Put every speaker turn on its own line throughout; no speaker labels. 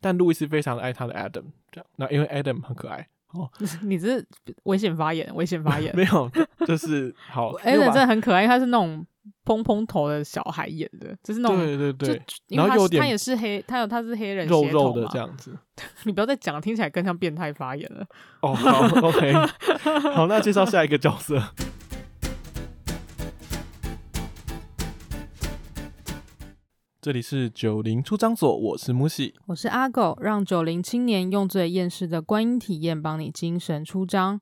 但路易斯非常爱他的 Adam，这样，那因为 Adam 很可爱哦，
你这是危险发言，危险发言。
没有，就是好
Adam
又
真
把
的很可爱，因为他是那种蓬蓬头的小孩演的，就是那种
对对对，
就因
然
为
后
他
又有点
是他也是黑，他有他是黑人
肉
血
肉
统
的
嘛
这样子。
你不要再讲了，听起来更像变态发言了。
哦，好 ，OK，好，那介绍下一个角色。这里是九零出张所，我是木喜。
我是阿狗，让九零青年用最厌世的观音体验帮你精神出张。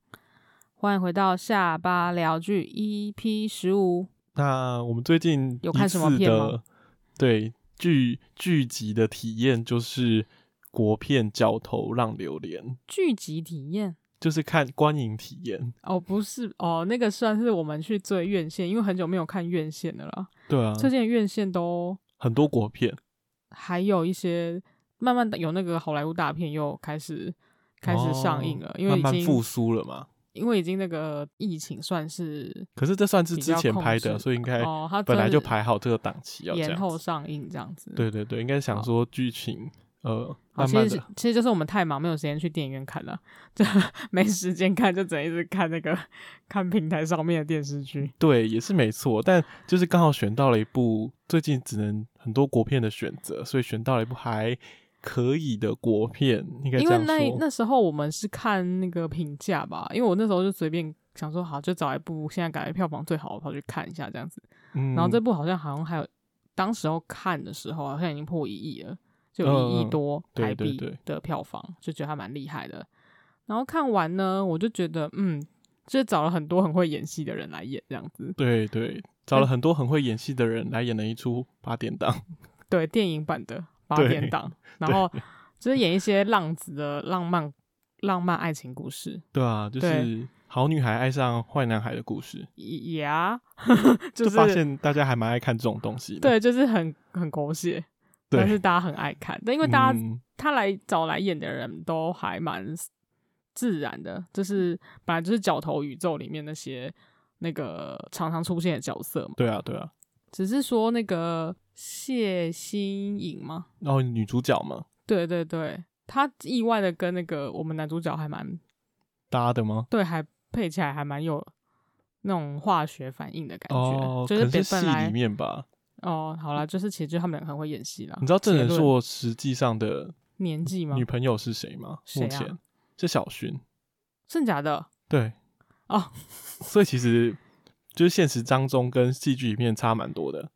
欢迎回到下巴聊剧 EP 十五，
那我们最近
有
一
看什么
次
片
的
吗
对剧剧集的体验就是国片《角头让榴莲》，
剧集体验
就是看观影体验。
哦，不是哦，那个算是我们去追院线，因为很久没有看院线的了。
对啊，
最近的院线都
很多国片
还有一些慢慢的有那个好莱坞大片又开始开始上映了，
哦
因为已经
慢慢复苏了嘛。
因为已经那个疫情算是
可是这算是
比
之
较
前
控
拍
制
的，所以应该
哦，它
本来
真
就是排好这个档期要这
延
样
后
子。
上映这样子。
对对对，应该是想
好
说剧情，呃，
哦好，
慢
其
慢
实是
的，
其实就是我们太忙，没有时间去电影院看了，就 没时间看，就只能一直看那个看平台上面的电视剧。
对，也是没错。但就是刚好选到了一部最近只能很多国片的选择，所以选到了一部还可以的国片，应该这
因为
样
那
说。
那时候我们是看那个评价吧，因为我那时候就随便想说，好，就找一部现在感觉票房最好的，跑去看一下这样子。
嗯，
然后这部好像好像还有，当时候看的时候好像已经破一亿了，就
嗯
有一亿
嗯
多
对
台
对
币
对
的票房，就觉得还蛮厉害的。然后看完呢，我就觉得，嗯，就是找了很多很会演戏的人来演这样子，
对对，找了很多很会演戏的人来演了一出八点档，
对，电影 版的八
对
点档，然后就是演一些浪子的浪漫浪漫爱情故事，
对啊，就
对
是好女孩爱上坏男孩的故事，
也啊， 就
就是发现大家还蛮爱看这种东西的。
对，就是很很狗血，
对
但是大家很爱看，但因为大家
嗯
他来找来演的人都还蛮自然的，就是本来就是角头宇宙里面那些那个常常出现的角色嘛，
对啊对啊，
只是说那个谢欣颖嘛，
然后哦女主角嘛，
对对对，她意外的跟那个我们男主角还蛮
搭的吗？
对，还配起来还蛮有那种化学反应的感觉，
哦，
就
可
是
能
本
是
本
戏
来
里面吧。
哦，好啦，就是其实就他们两个很会演戏啦。
你知道郑
结
仁
论
硕实际上的
年纪吗
女？朋友是谁吗？
谁
目
啊
前是小薰。
真假的？
对，
哦，
所以其实就是现实当中跟戏剧里面差蛮多的，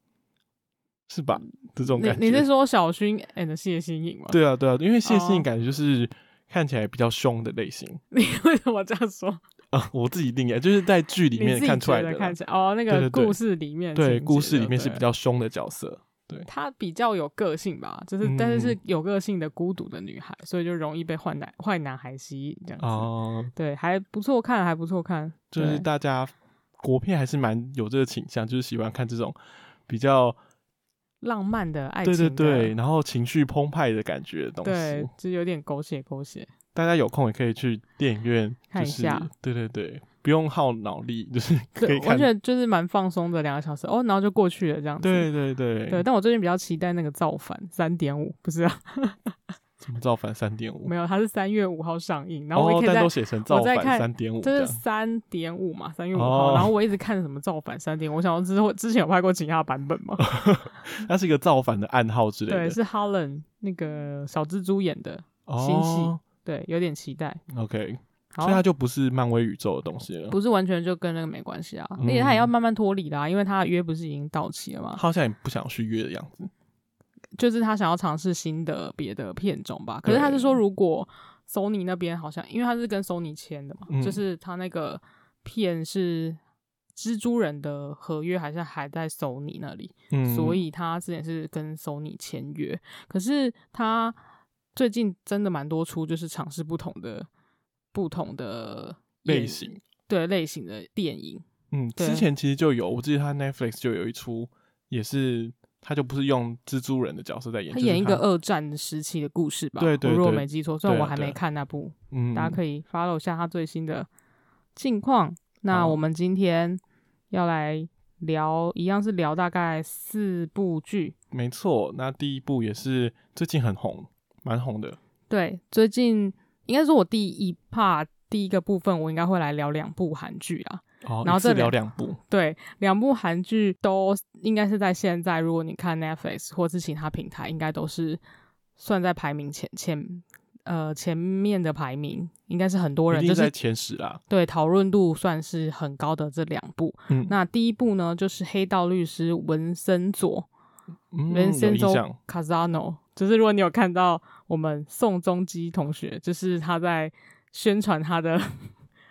是吧？这种
你
感觉。
你是说小薰 and 谢欣颖吗？
对啊，对啊，因为谢欣
哦
颖感觉就是看起来比较凶的类型
你为什么这样说？
啊，我自己定义就是在剧里
你
面
自己
看出来
觉
的
得
啦
看，起来哦，那个
对对对
故事里面情
对，
节
故事
就
里面是
对
比较凶的角色。
她比较有个性吧，就是、
嗯
但是是有个性的孤独的女孩，所以就容易被坏男坏男孩吸引这样子。
哦，
对，还不错看，还不错看，
就是
对
大家国片还是蛮有这个倾向，就是喜欢看这种比较
浪漫的爱情
对对
的，
对，然后情绪澎湃的感觉的东
对
西，，
就有点狗血狗血。
大家有空也可以去电影院，
看
就
一
是
下
对对对，不用耗脑力，就是可以
对，我
看
觉。得就是蛮放松的两个小时哦，然后就过去了这样子。
对对对，
对，但我最近比较期待那个造反三点五，不是啊，
哦什么造反三点五
没，有，它是三月五号上映，然后我
哦
也，可以
但
在
都写成造
我在
反
看
三点五，
这
这
是
样
三点五嘛，三月五
哦
号。然后我一直看什么造反三点，我想要之后之前有拍过其他版本 嘛？
它是一个造反的暗号之类
对，
的，
是 Holland 那个小蜘蛛演的，新戏
哦
对，有点期待。
，OK，
好
所以，它就不是漫威宇宙的东西了，
不是完全就跟那个没关系啊，
嗯
而且他也要慢慢脱离啦，因为他的约不是已经到期了嘛，
好像也不想续约的样子，
就是他想要尝试新的别的片种吧。可是
对
他是说，如果 Sony 那边好像，因为他是跟 Sony 签的嘛，
嗯
就是他那个片是蜘蛛人的合约，好像还在 Sony 那里。
嗯，
所以他之前是跟 Sony 签约，可是他最近真的蛮多出，就是尝试不同的不同的演
类，型，
对类型的电影，
嗯，
对
之前其实就有，我记得他 Netflix 就有一出，也是他就不是用蜘蛛人的角色在演，
他演一个
就是
二战时期的故事吧，
对对
我如果
对
没记错，虽然
对啊
我还
对
没
啊
看那部，
他，嗯，
大家可
以，
以 follow 一下他最新的近况。那
好
我们今天要来聊，一样是聊大概四部剧，
没错。那第一部也是最近很红，蛮红的。
对，最近应该说我第一 part 第一个部分，我应该会来聊两部韩剧啦。
哦，
然后
一次
这
聊
两
两部，
对，两部韩剧都应该是在现在，如果你看 Netflix 或是其他平台，应该都是算在排名前前呃前面的排名，应该是很多人
一
就
定在
是
前十啦。
对讨论度算是很高的这两部。
嗯，
那第一部呢，就是《黑道律师文森佐》
嗯有
文森
印
佐
象
Casano，就是如果你有看到我们宋仲基同学，就是他在宣传他的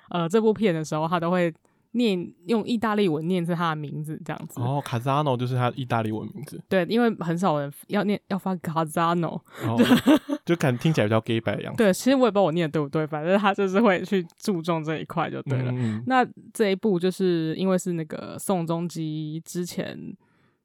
呃这部片的时候，他都会念用意大利文念是他的名字这样子。
哦，Casano 就是他意大利文名字，
对，因为很少人要念要发 Casano。
然后就感听起来比较 gay 白的样子。
对，其实我也不知道我念的对不对，反正他就是会去注重这一块就 对了。
嗯，
那这一部就是因为是那个宋仲基之前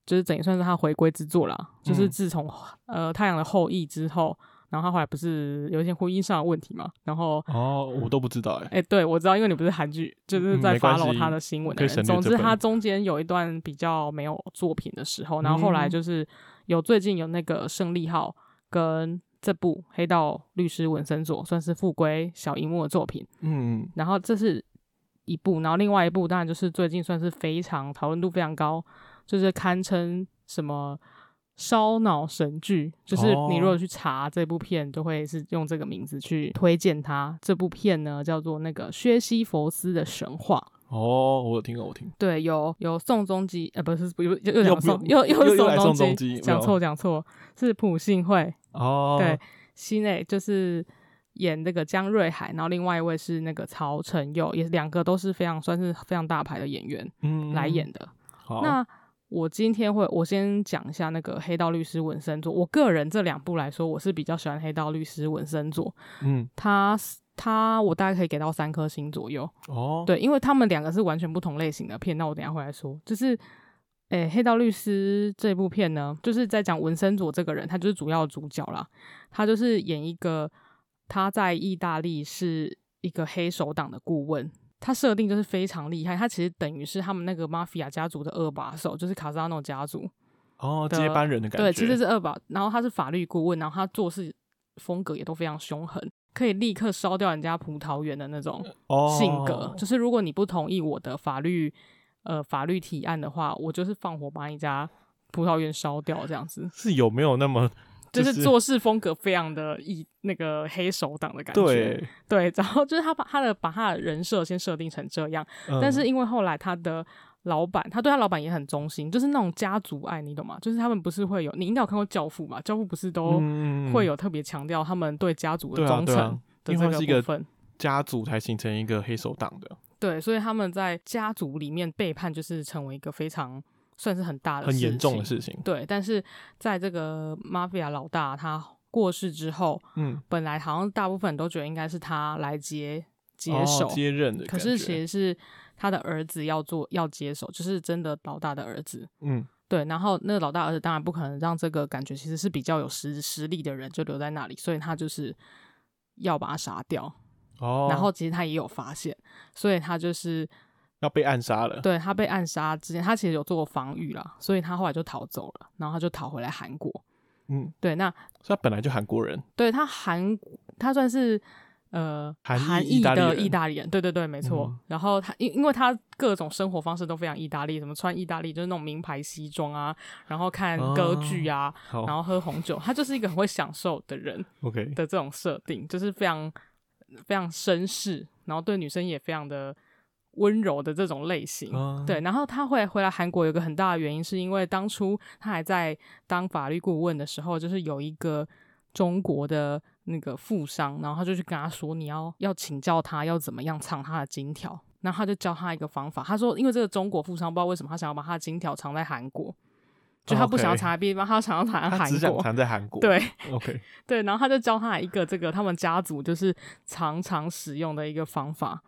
就是等于算是他回归之作啦，就是
嗯
自从、呃《太阳的后裔》之后，然后他后来不是有一些婚姻上的问题嘛，然后。
哦，我都不知道哎、
哎、对，我知道，因为你不是韩剧，就是
嗯
在
没关
follow
系
他的新闻
可
的
以省
人。
略
总
这
之，
本
他中间有一段比较没有作品的时候，然后后来
嗯
就是有最近有那个《胜利号》跟这部《黑道律师文森佐》，算是复归小荧幕的作品。
嗯，
然后这是一部，然后另外一部当然就是最近算是非常讨论度非常高，就是堪称什么烧脑神剧，就是你如果
哦
去查这部片，就会是用这个名字去推荐它。这部片呢叫做那个《薛西弗斯的神话》。
哦，我有听过，我听过。
对，有有宋仲基，呃，不是，不又又又
又
讲
不
宋，
又
又
又来
是
宋
宋
仲基
基，
没
讲
有
错讲错，是朴信惠，
哦，
对，西内就是演那个江瑞海，然后另外一位是那个曹承佑，也是两个都是非常算是非常大牌的演员
嗯，
来演的。
好，
那我今天会，我先讲一下那个《黑道律师文森佐》。我个人这两部来说，我是比较喜欢《黑道律师文森佐》，
嗯，
他他我大概可以给到三颗星左右。
哦，
对，因为他们两个是完全不同类型的片，那我等一下会来说。就是，诶、黑道律师》这部片呢，就是在讲文森佐这个人，他就是主要主角啦。他就是演一个他在意大利是一个黑手党的顾问，他设定就是非常厉害。他其实等于是他们那个 mafia 家族的二把手，就是卡萨诺家族。
哦，
的
接班人的感觉，
对，其实是二宝，然后他是法律顾问，然后他做事风格也都非常凶狠，可以立刻烧掉人家葡萄园的那种
哦
性格。就是如果你不同意我的法律呃法律提案的话，我就是放火把你家葡萄园烧掉，这样子，
是有没有那么
就是是做事风格非常的一那个黑手党的感觉。
对，
对，然后就是他把他的把他的人设先设定成这样，
嗯
但是因为后来他的老板，他对他老板也很忠心，就是那种家族爱，你懂吗？就是他们不是会有，你应该有看过《教父》吧？《教父》不是都
嗯
会有特别强调他们对家族的
对啊
忠
对啊
诚的
因为它是
这
一个
部分。
家族才形成一个黑手党的，
对，所以他们在家族里面背叛，就是成为一个非常算是很大的
很
事
严重的
情。
事情。
对，但是在这个 mafia 老大他过世之后，
嗯，
本来好像大部分人都觉得应该是他来接接
哦
手、
接任的
可
感觉，
是其实是他的儿子要做要接手，就是真的老大的儿子。
嗯，
对，然后那个老大儿子当然不可能让这个感觉其实是比较有实实力的人就留在那里，所以他就是要把他杀掉。
哦，
然后其实他也有发现，所以他就是
要被暗杀了，
对他被暗杀之前，他其实有做过防御啦，所以他后来就逃走了，然后他就逃回来韩国。
嗯，
对，那
所以他本来就韩国人，
对他韩他算是呃
韩裔
韩
意大利
的
人
意大利人，对对对，没错。
嗯
然后他因因为他各种生活方式都非常意大利，什么穿意大利就是那种名牌西装啊，然后看
哦
歌剧啊，
好
然后喝红酒，他就是一个很会享受的人
，OK，
的这种设定，就是非常非常绅士，然后对女生也非常的温柔的这种类型。
嗯，
对，然后他会回来韩国，有一个很大的原因，是因为当初他还在当法律顾问的时候，就是有一个中国的那个富商，然后他就去跟他说，你要要请教他要怎么样藏他的金条，然后他就教他一个方法。他说，因为这个中国富商不知道为什么他想要把他的金条藏在韩国，就他不想要
哦 OK
藏在别的地方，他想要藏在
他
韩
只想
国。
藏在韩国，
对，
，OK，
对，然后他就教他一个这个他们家族就是常常使用的一个方法，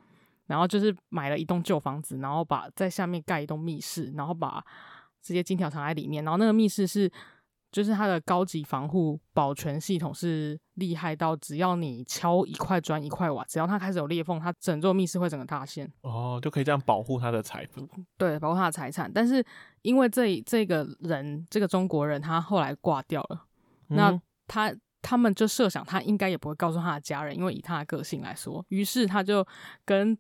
然后就是买了一栋旧房子，然后把在下面盖一栋密室，然后把这些金条藏在里面，然后那个密室是就是它的高级防护保全系统是厉害到，只要你敲一块砖一块瓦，只要它开始有裂缝，它整座密室会整个塌陷。
哦，就可以这样保护他的财富，
对，包括他的财产，但是因为这这个人，这个中国人，他后来挂掉了，那
嗯
他他们就设想他应该也不会告诉他的家人，因为以他的个性来说，于是他就跟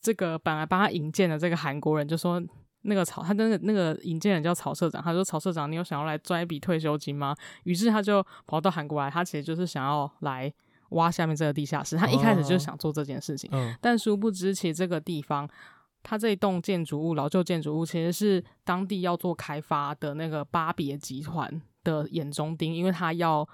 这个本来帮他引荐的这个韩国人就说。那个曹，他那个那个引荐人叫曹社长，他说：“曹社长，你有想要来赚一笔退休金吗？”于是他就跑到韩国来，他其实就是想要来挖下面这个地下室。他一开始就想做这件事情，
嗯
但殊不知，其实这个地方，它这一栋建筑物老旧建筑物其实是当地要做开发的那个巴别集团的眼中钉，因为他要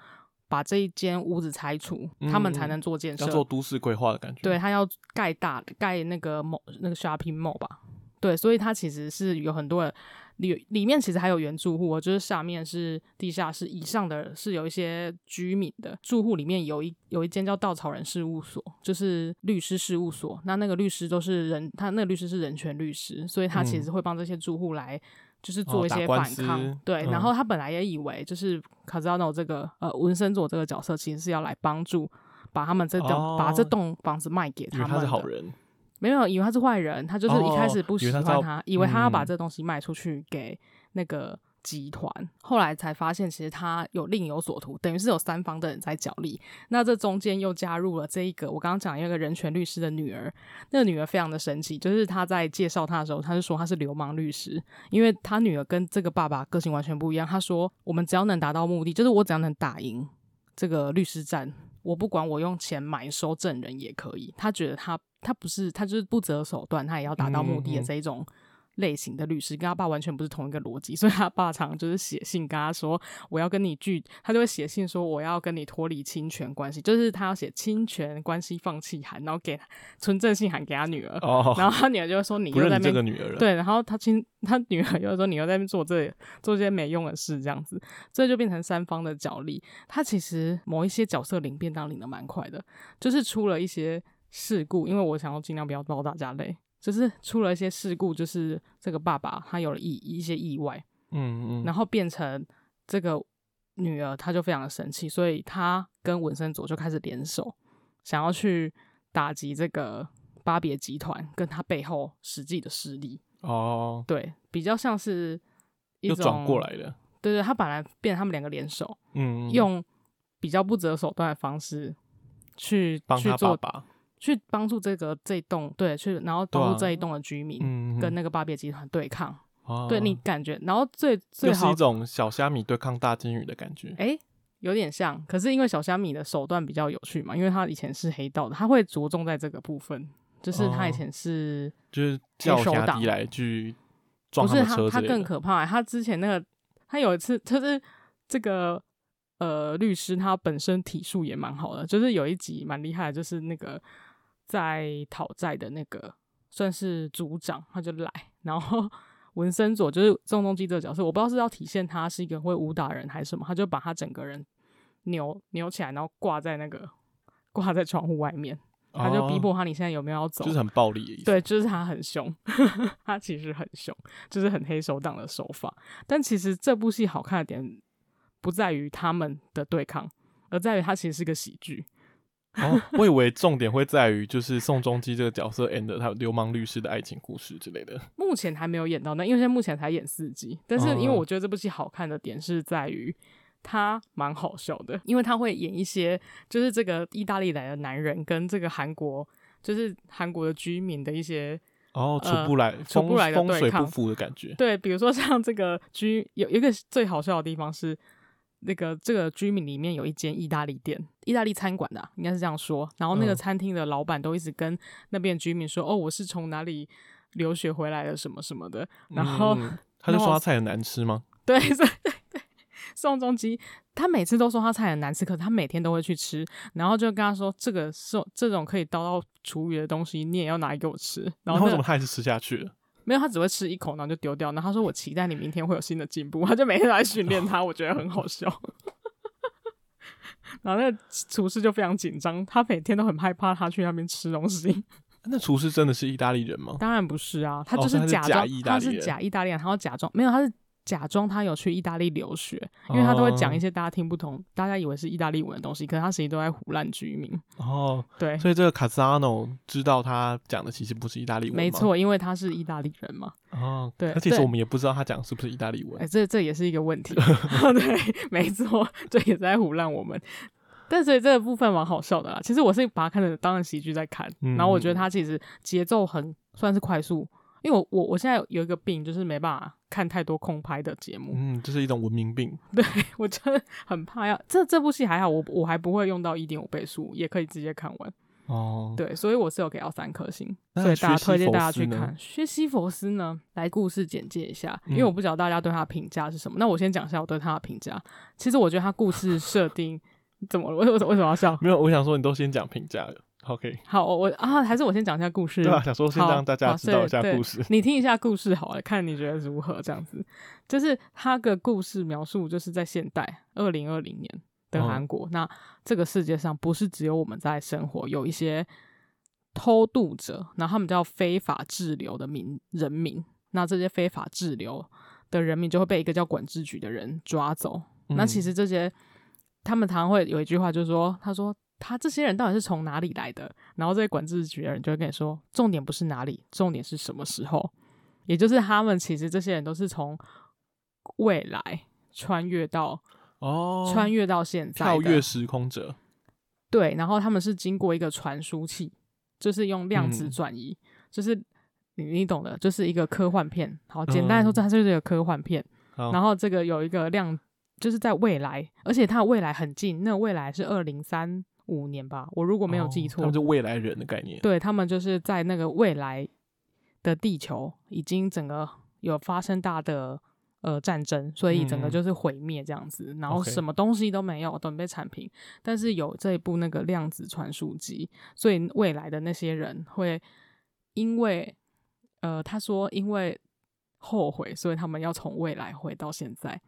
把这一间屋子拆除，他们才能做建
嗯
设。
要做都市规划的感觉。
对，他要盖大盖那个某那个 shopping mall 吧。对，所以它其实是有很多人里里面其实还有原住户哦，就是下面是地下室，以上的是有一些居民的住户。里面有一有一间叫稻草人事务所，就是律师事务所。那那个律师都是人，他那个律师是人权律师，所以他其实会帮这些住户来就是做
嗯哦
一
打
些
官
反抗。
司
对，
嗯
然后他本来也以为就是卡扎诺这个呃文森佐这个角色其实是要来帮助。把他们这栋、把这
哦
栋房子卖给
因为
他们
他
的，
是好人，
没有，以为他是坏人，他就是一开始不喜
哦
欢
以为
他，
他是要
以为他要把
嗯
这东西卖出去给那个集团，后来才发现其实他有另有所图，等于是有三方的人在角力。那这中间又加入了这一个我刚刚讲的那个人权律师的女儿，那个女儿非常的神奇，就是他在介绍他的时候，他就说他是流氓律师，因为他女儿跟这个爸爸个性完全不一样。他说我们只要能达到目的，就是我只要能打赢这个律师战，我不管我用钱买收证人也可以。他觉得他他不是他就是不择手段，他也要达到目的
嗯
的
嗯嗯
这一种。类型的律师跟他爸完全不是同一个逻辑，所以他爸常常就是写信跟他说我要跟你拒，他就会写信说我要跟你脱离侵权关系，就是他要写侵权关系放弃函，然后给存证信函给他女儿，
哦，
然后他女儿就会说你
不
又在
认
那
你这
边
个女儿了。，
对，然后他亲他女儿又说你又在那边做这做这些没用的事，这样子，所以就变成三方的角力。他其实某一些角色领便当领的蛮快的，就是出了一些事故，因为我想要尽量不要爆大家累，就是出了一些事故，就是这个爸爸他有了意一些意外，
嗯嗯，
然后变成这个女儿，她就非常的生气，所以她跟文森佐就开始联手，想要去打击这个巴别集团跟他背后实际的势力。
哦，
对，比较像是一
又
种
转过，来了。
对对，他本来变成他们两个联手，
嗯，嗯
用比较不择手段的方式去
帮
去
他
做
爸爸。
去帮助这个这一栋对，去然后
对
帮
啊
助这一栋的居民。
嗯，嗯
跟那个巴别集团对抗，
哦
对你感觉，然后最最
又
好
是一种小虾米对抗大金鱼的感觉。
哎、有点像，可是因为小虾米的手段比较有趣嘛，因为他以前是黑道的，他会着重在这个部分，就是他以
哦
前是、
就是叫
黑手
侠
党
敌来去撞
不
们
是
车
他
之
他
类
更
的
可怕、他之前那个他有一次就是这个呃律师他本身体术也蛮好的，就是有一集蛮厉害的，就是那个在讨债的那个算是组长，他就来，然后。 文森佐就是宋仲基这个角色，我不知道是要体现他是一个会武打人还是什么，他就把他整个人扭扭起来，然后挂在那个挂在窗户外面，他就逼
哦
迫他你现在有没有要走，
就是很暴力的意思。
对，就是他很凶， 他其实很凶，就是很黑手党的手法。但其实这部戏好看的点不在于他们的对抗，而在于它其实是个喜剧。
哦，我以为重点会在于就是宋仲基这个角色 and 他流氓律师的爱情故事之类的。
目前还没有演到那，因为现在目前才演四集。但是因
嗯
为我觉得这部戏好看的点是在于它蛮好笑的，因为他会演一些就是这个意大利来的男人跟这个韩国就是韩国的居民的一些
哦，处
呃
不来，
处
风
不来的
风
对
水不
抗
符的感觉。
对，比如说像这个居有有一个最好笑的地方是，那个这个居民里面有一间意大利店，意大利餐馆的啊、应该是这样说。然后那个
嗯
餐厅的老板都一直跟那边居民说：“哦，我是从哪里留学回来的，什么什么的。”然后、
嗯他就
然后
说他菜很难吃吗？
对对对对，宋仲基他每次都说他菜很难吃，可是他每天都会去吃，然后就跟他说：“这个是这种可以倒到厨余的东西，你也要拿来给我吃。”然
然后
后、那个、
为什么他还是吃下去了？
没有，他只会吃一口，然后就丢掉。然后他说：“我期待你明天会有新的进步。”他 就每天都来训练
哦
他，我觉得很好笑。 然后那个厨师就非常紧张，他每天都很害怕他去那边吃东西。
那厨师真的是意大利人吗？
当然不是啊，他
哦
就
所以他是
假
假
装、
意大
他
利人
是假意大利人，他要假装没有，他是假装他有去意大利留学，
哦
因为他都会讲一些大家听不懂、大家以为是意大利文的东西，可是他实际都在胡乱居民。
哦，
对，
所以这个卡斯 a 诺知道他讲的其实不是意大利文，
没。错，因为他是意大利人嘛。
哦，
对
那其实
对
我们也不知道他讲的是不是意大利
哎、
文。
这这也是一个问题，对，没错，这也在胡乱我们。但所以这个部分蛮好笑的啦。其实我是把它看成当成喜剧在看，
嗯
然后我觉得它其实节奏很算是快速，因为我我我现在有一个病，就是没办法看太多空拍的节目，
嗯，这是一种文明病。
我真的很怕要这这部戏还好，我我还不会用到一点五倍速，也可以直接看完。
哦，
对，所以我是有给到三颗星，
那
所以大家
薛西
推荐
佛
大家
斯
去
呢
看《薛西佛斯》呢。来故事简介一下，因为
嗯
我不晓得大家对他的评价是什么。那我先讲一下我对他的评价。其实我觉得他故事设定 怎么了？为为什么为什么要笑？
没有，我想说你都先讲评价了，OK？
好，我我啊，还是我先讲一下故事。
对啊，想说先
好
让大家
好
知道
对
一下
对
故事。
你听一下故事好了，看你觉得如何？这样子，就是他的故事描述就是在现代二零二零年的韩国、
哦
那这个世界上不是只有我们在生活，有一些偷渡者，然后他们叫非法滞留的民人民。那这些非法滞留的人民就会被一个叫管制局的人抓走。那其
嗯
实这些他们常常会有一句话，就是说，他说他这些人到底是从哪里来的？然后这些管制局的人就会跟你说，重点不是哪里，重点是什么时候。也就是他们其实这些人都是从未来穿越到、
哦，
穿越到现在
跳
的，
跃时空者，
对，然后他们是经过一个传输器，就是用量子
嗯
转移，就是你你懂的，就是一个科幻片。好，简单来说，
嗯
它就是一个科幻片。
好
然后这个有一个量，就是在未来，而且它的未来很近，那未来是二零三五年吧，我如果没有记
哦
错，
他们就未来人的概念。
对他们就是在那个未来的地球已经整个有发生大的呃战争，所以整
嗯
个
嗯
就是毁灭这样子，然后
OK
什么东西都没有，准备产品，但是有这一部那个量子传输机，所以未来的那些人会因为呃他说因为后悔，所以他们要从未来回到现在。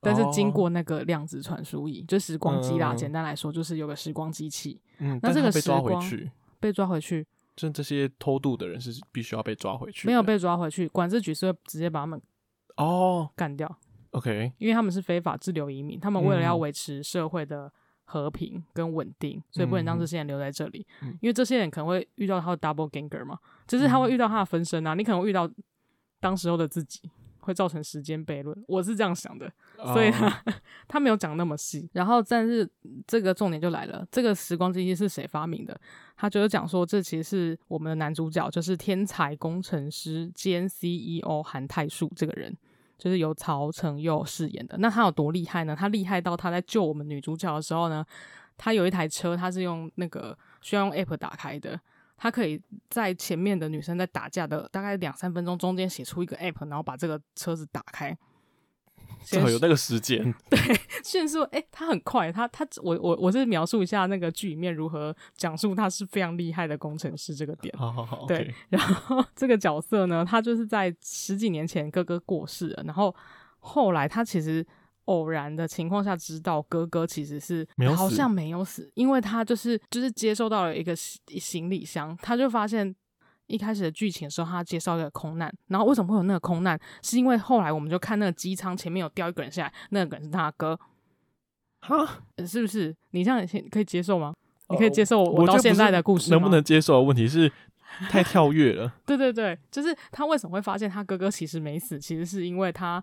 但是经
哦
过那个量子传输仪，就时光机
嗯
啦，
嗯嗯
简单来说就是有个时光机器
嗯，但
那这
他
个
被抓
时
回
光
去，
被抓回去，
就这些偷渡的人是必须要被抓回去的，
没有被抓回去，管制局是会直接把他们
哦
干掉，
，OK，
因为他们是非法滞留移民，他们为了要
嗯
维持社会的和平跟稳定，所以不能让这些人留在这里，
嗯
因为这些人可能会遇到他的 double ganger 嘛，就是他会遇到他的分身啊，你可能会遇到当时候的自己，会造成时间悖论，我是这样想的，所以
哦
他、 他没有讲那么细。然后，但是这个重点就来了，这个时光机器是谁发明的？他就是讲说，这其实是我们的男主角，就是天才工程师兼 CEO 韩泰树这个人。就是由曹承佑饰演的。那他有多厉害呢？他厉害到他在救我们女主角的时候呢，他有一台车，他是用那个需要用 app 打开的。他可以在前面的女生在打架的大概两三分钟中间写出一个 app，然后把这个车子打开。
至少有那个时 间，
迅速，哎、他很快，他他我我我是描述一下那个剧里面如何讲述他是非常厉害的工程师这个点。
好好好，
对
OK，
然后这个角色呢，他就是在十几年前哥哥过世了，然后后来他其实偶然的情况下知道哥哥其实是
没有死
好像没有死，因为他就是就是接收到了一个行行李箱，他就发现。一开始的剧情的时候，他接收一个空难，然后为什么会有那个空难？是因为后来我们就看那个机舱前面有掉一个人下来，那个人是他的哥，
哈，
呃是不是？你这样先可以接受吗？
呃
你可以接受我
觉得
到
不
现在
是
的故事吗？
能不能接受的问题是太跳跃了，
对对对，就是他为什么会发现他哥哥其实没死，其实是因为他，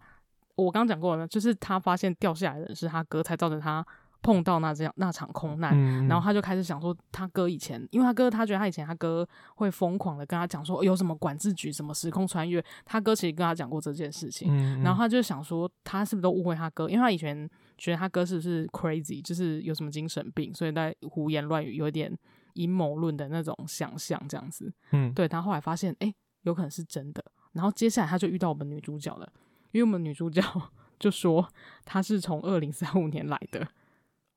我刚讲过了，就是他发现掉下来的人是他哥，才造成他碰到那这样那场空难。
嗯，
然后他就开始想说，他哥以前，因为他哥他觉得他以前他哥会疯狂的跟他讲说、哦有什么管制局、什么时空穿越，他哥其实跟他讲过这件事情。
嗯，嗯，
然后他就想说，他是不是都误会他哥？因为他以前觉得他哥是不是 crazy，就是有什么精神病，所以在胡言乱语，有点阴谋论的那种想象这样子。
嗯，
对，他后来发现，哎、有可能是真的。然后接下来他就遇到我们女主角了，因为我们女主角 就说她是从二零三五年来的，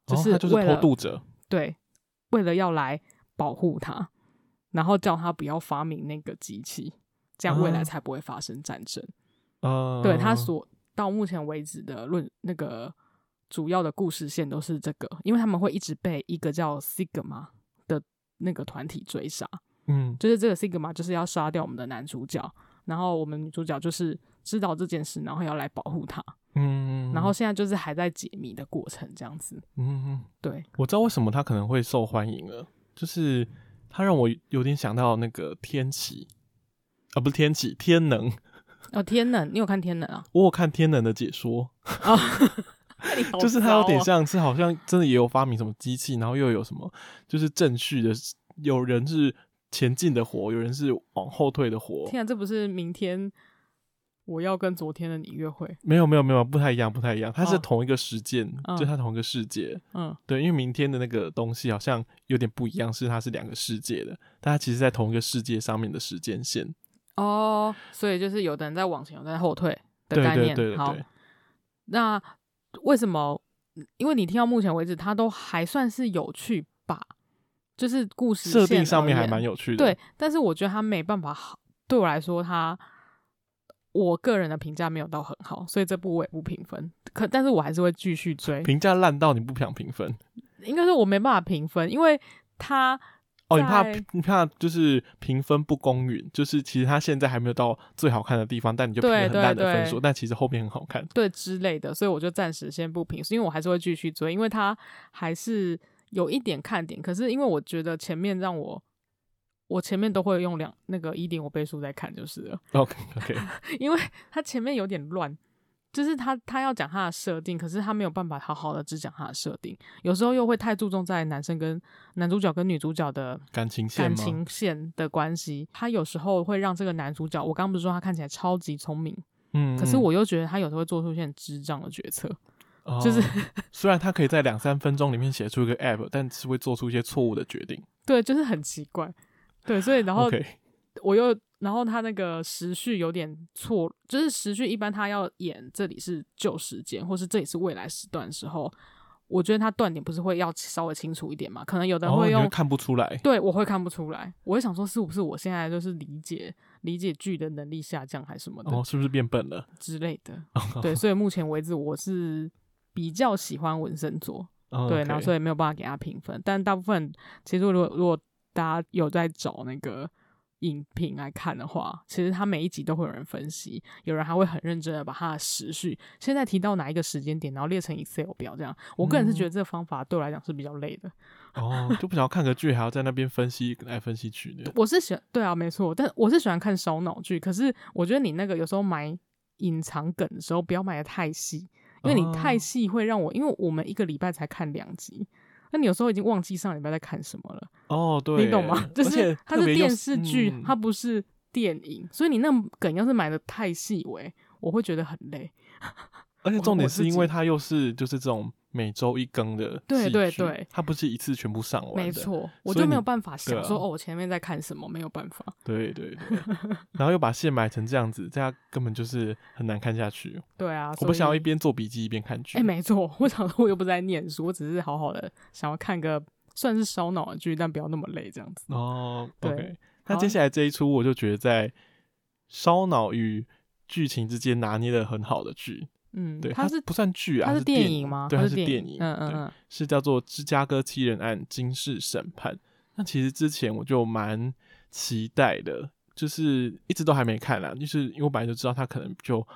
哦
就是
他就是
为了
偷渡者，
对，为了要来保护她，然后叫她不要发明那个机器，这样未来
啊
才不会发生战争。
呃，
对他所到目前为止的论那个主要的故事线都是这个，因为他们会一直被一个叫 Sigma 的那个团体追杀，
嗯
就是这个 Sigma 就是要杀掉我们的男主角，然后我们女主角就是知道这件事，然后要来保护他，
嗯，
然后现在就是还在解谜的过程这样子。
嗯嗯，
对，
我知道为什么他可能会受欢迎了，就是他让我有点想到那个天启啊，不是天启，天能。
哦，天能，你有看天能啊？
我有看天能的解说，
啊，你好
就是它有
糟
点
哦
像是好像真的也有发明什么机器，然后又有什么就是正序的，有人是前进的火，有人是往后退的火。
天啊，这不是明天我要跟昨天的你约会？
没有没有没有，不太一样，不太一样，它是
哦
同一个实践，
嗯
就它同一个世界。
嗯，
对，因为明天的那个东西好像有点不一样，是它是两个世界的，但它其实在同一个世界上面的时间线。
哦，所以就是有的人在往前，有的人在后退的
对
概
对
念。
对对
好
对，，
那为什么？因为你听到目前为止，它都还算是有趣吧，就是故事
设
线
定上
而
面还
言
蛮有趣的。
对，但是我觉得他没办法好，对我来说他。我个人的评价没有到很好，所以这部我也不评分。可，但是我还是会继续追。
评价烂到你不想评分
应该是我没办法评分，因为他
哦，你怕
在
你怕就是评分不公允，就是其实它现在还没有到最好看的地方，但你就评了
对
很
对
烂的分
对
数，但其实后面很好看。
对之类的，所以我就暂时先不评，因为我还是会继续追，因为他还是有一点看点。可是因为我觉得前面让我，我前面都会用两那个一点五倍速在看就是了，
OK OK，
因为他前面有点乱，就是他他要讲他的设定，可是他没有办法好好的只讲他的设定，有时候又会太注重在男生跟男主角跟女主角的
感情线
感
吗？
情线的关系，他有时候会让这个男主角，我刚刚不是说他看起来超级聪明，
嗯，
可是
嗯、
我又觉得他有时候会做出一些很智障的决策，
哦
就是
虽然他可以在两三分钟里面写出一个 app，但是会做出一些错误的决定。
对，就是很奇怪，对，所以然后
OK，
我又然后他那个时序有点错，就是时序一般他要演这里是旧时间，或是这里是未来时段的时候，我觉得他断点不是会要稍微清楚一点嘛？可能有的
然
人
后
会
哦你
用，
会看不出来。
对我会看不出来，我会想说是不是我现在就是理解理解剧的能力下降还是什么的
哦，是不是变笨了？
之类的，对，所以目前为止我是比较喜欢文森佐，
哦
对，
OK
然后所以没有办法给他评分。但大部分其实如果如果大家有在找那个影评来看的话，其实他每一集都会有人分析，有人还会很认真的把他的时序现在提到哪一个时间点，然后列成 Excel 表这样。我个人是
嗯
觉得这个方法对我来讲是比较累的。
哦，就不想要看个剧，还要在那边分析来分析去的。
我是喜对啊，没错，但我是喜欢看烧脑剧，可是我觉得你那个有时候埋隐藏梗的时候，不要埋的太细，因为你太
哦
细会让我，因为我们一个礼拜才看两集。那你有时候已经忘记上礼拜在看什么了，
哦，对，
你懂吗？ 就
而且
是它
特
是
别又
电视剧，
嗯
它不是电影，所以你那梗要是买的太细微，我会觉得很累。
而且重
我
点是
自
因为
己
它又是就是这种每周一更的，
对对对，
它不是一次全部上完的，
没，错，我
所以
就没
你
有办法想
对啊
说、哦，我前面在看什么，没有办法。
对对 对，然后又把线埋成这样子，这样根本就是很难看下去。
对啊，
我不想要一
哎、
边做笔记一边看剧，
诶没错，我想说我又不是在念书，我只是好好的想要看个算是烧脑的剧，但不要那么累这样子。
哦
对
，OK，那
好
接下来这一出，我就觉得在烧脑与剧情之间拿捏的很好的剧，
嗯，
对，
它是
不算剧啊，
它
它
是电影吗？
对，
它
它
是
电
影
影，。
嗯嗯
对
嗯，
是叫做《芝加哥七人案惊世审判》。那其实之前我就蛮期待的，就是一直都还没看啦，就是因为我本来就知道它可能就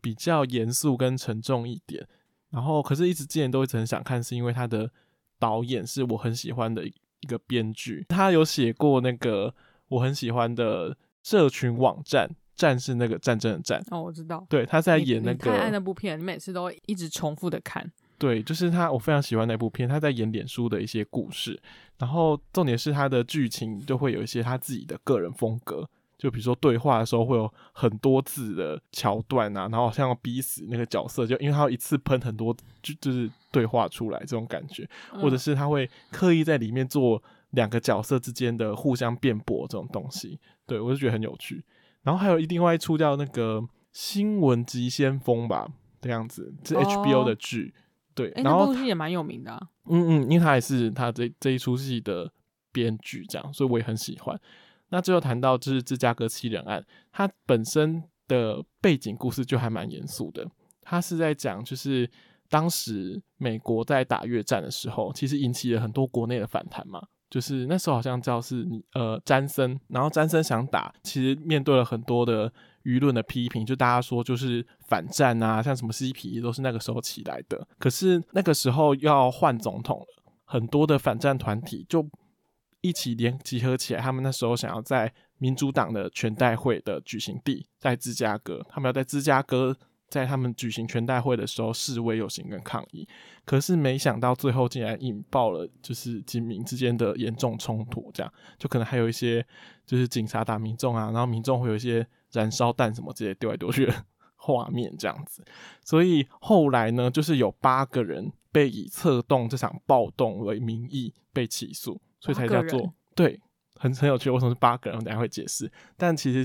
比较严肃跟沉重一点，然后可是一直之前都一直很想看，是因为它的导演是我很喜欢的一一个编剧，他有写过那个我很喜欢的社群网站，战是那个战争的战。
哦，我知道。
对，他在
你
演
你
那
太爱
个
那部片，你每次都会一直重复的看。
对，就是他，我非常喜欢那部片，他在演脸书的一些故事，然后重点是他的剧情就会有一些他自己的个人风格，就比如说对话的时候会有很多字的桥段啊，然后好像要逼死那个角色，就因为他要一次喷很多就就是对话出来这种感觉，或者
嗯
是他会刻意在里面做两个角色之间的互相辩驳这种东西，对我就觉得很有趣。然后还有一另外一出叫那个《新闻急先锋》吧，这样子是
哦
HBO 的剧，对，
哎、
然
那
后
部戏也蛮有名的、啊。
嗯嗯，因为他也是他这这一出戏的编剧，这样，所以我也很喜欢。那最后谈到就是芝加哥七人案，它本身的背景故事就还蛮严肃的。它是在讲就是当时美国在打越战的时候，其实引起了很多国内的反弹嘛。就是那时候好像叫是你呃詹森，然后詹森想打，其实面对了很多的舆论的批评，就大家说就是反战啊，像什么 CP 都是那个时候起来的。可是那个时候要换总统了，很多的反战团体就一起联集合起来，他们那时候想要在民主党的全代会的举行地，在芝加哥，他们要在芝加哥在他们举行全代会的时候示威游行跟抗议，可是没想到最后竟然引爆了就是警民之间的严重冲突，这样就可能还有一些就是警察打民众啊，然后民众会有一些燃烧弹什么之类丢来丢去的 画面这样子，所以后来呢，就是有八个人被以策动这场暴动为名义被起诉，所以才
八
叫
个人
做对，很很有趣。为什么是八个人？我等一下会解释。但其实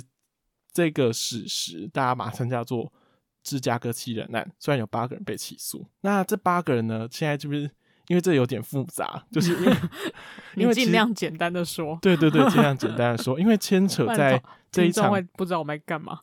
这个史实，大家把它称叫做芝加哥七人案。虽然有八个人被起诉，那这八个人呢，现在就是因为这有点复杂，就是因为因
你
为其
尽
实
量简单的说，
对对对，尽量简单的说，因为牵 扯
不然
在这一
听众
场
会不知道我们在干嘛。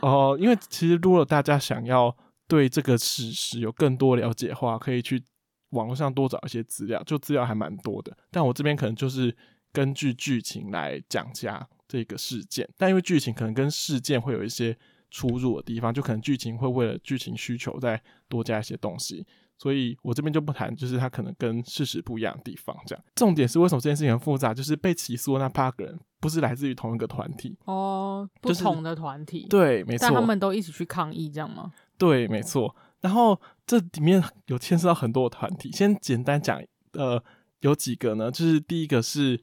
哦、因为其实如果大家想要对这个史实有更多了解的话，可以去网络上多找一些资料，就资料还蛮多的。但我这边可能就是根据剧情来讲下这个事件，但因为剧情可能跟事件会有一些出入的地方，就可能剧情会为了剧情需求再多加一些东西。所以我这边就不谈，就是它可能跟事实不一样的地方。这样，重点是为什么这件事情很复杂，就是被起诉的那八个人不是来自于同一个团体，
哦，不
就是
同的团体，
对，没错，
但他们都一起去抗议，这样吗？
对，没错。然后这里面有牵涉到很多的团体，先简单讲，呃，有几个呢？就是第一个是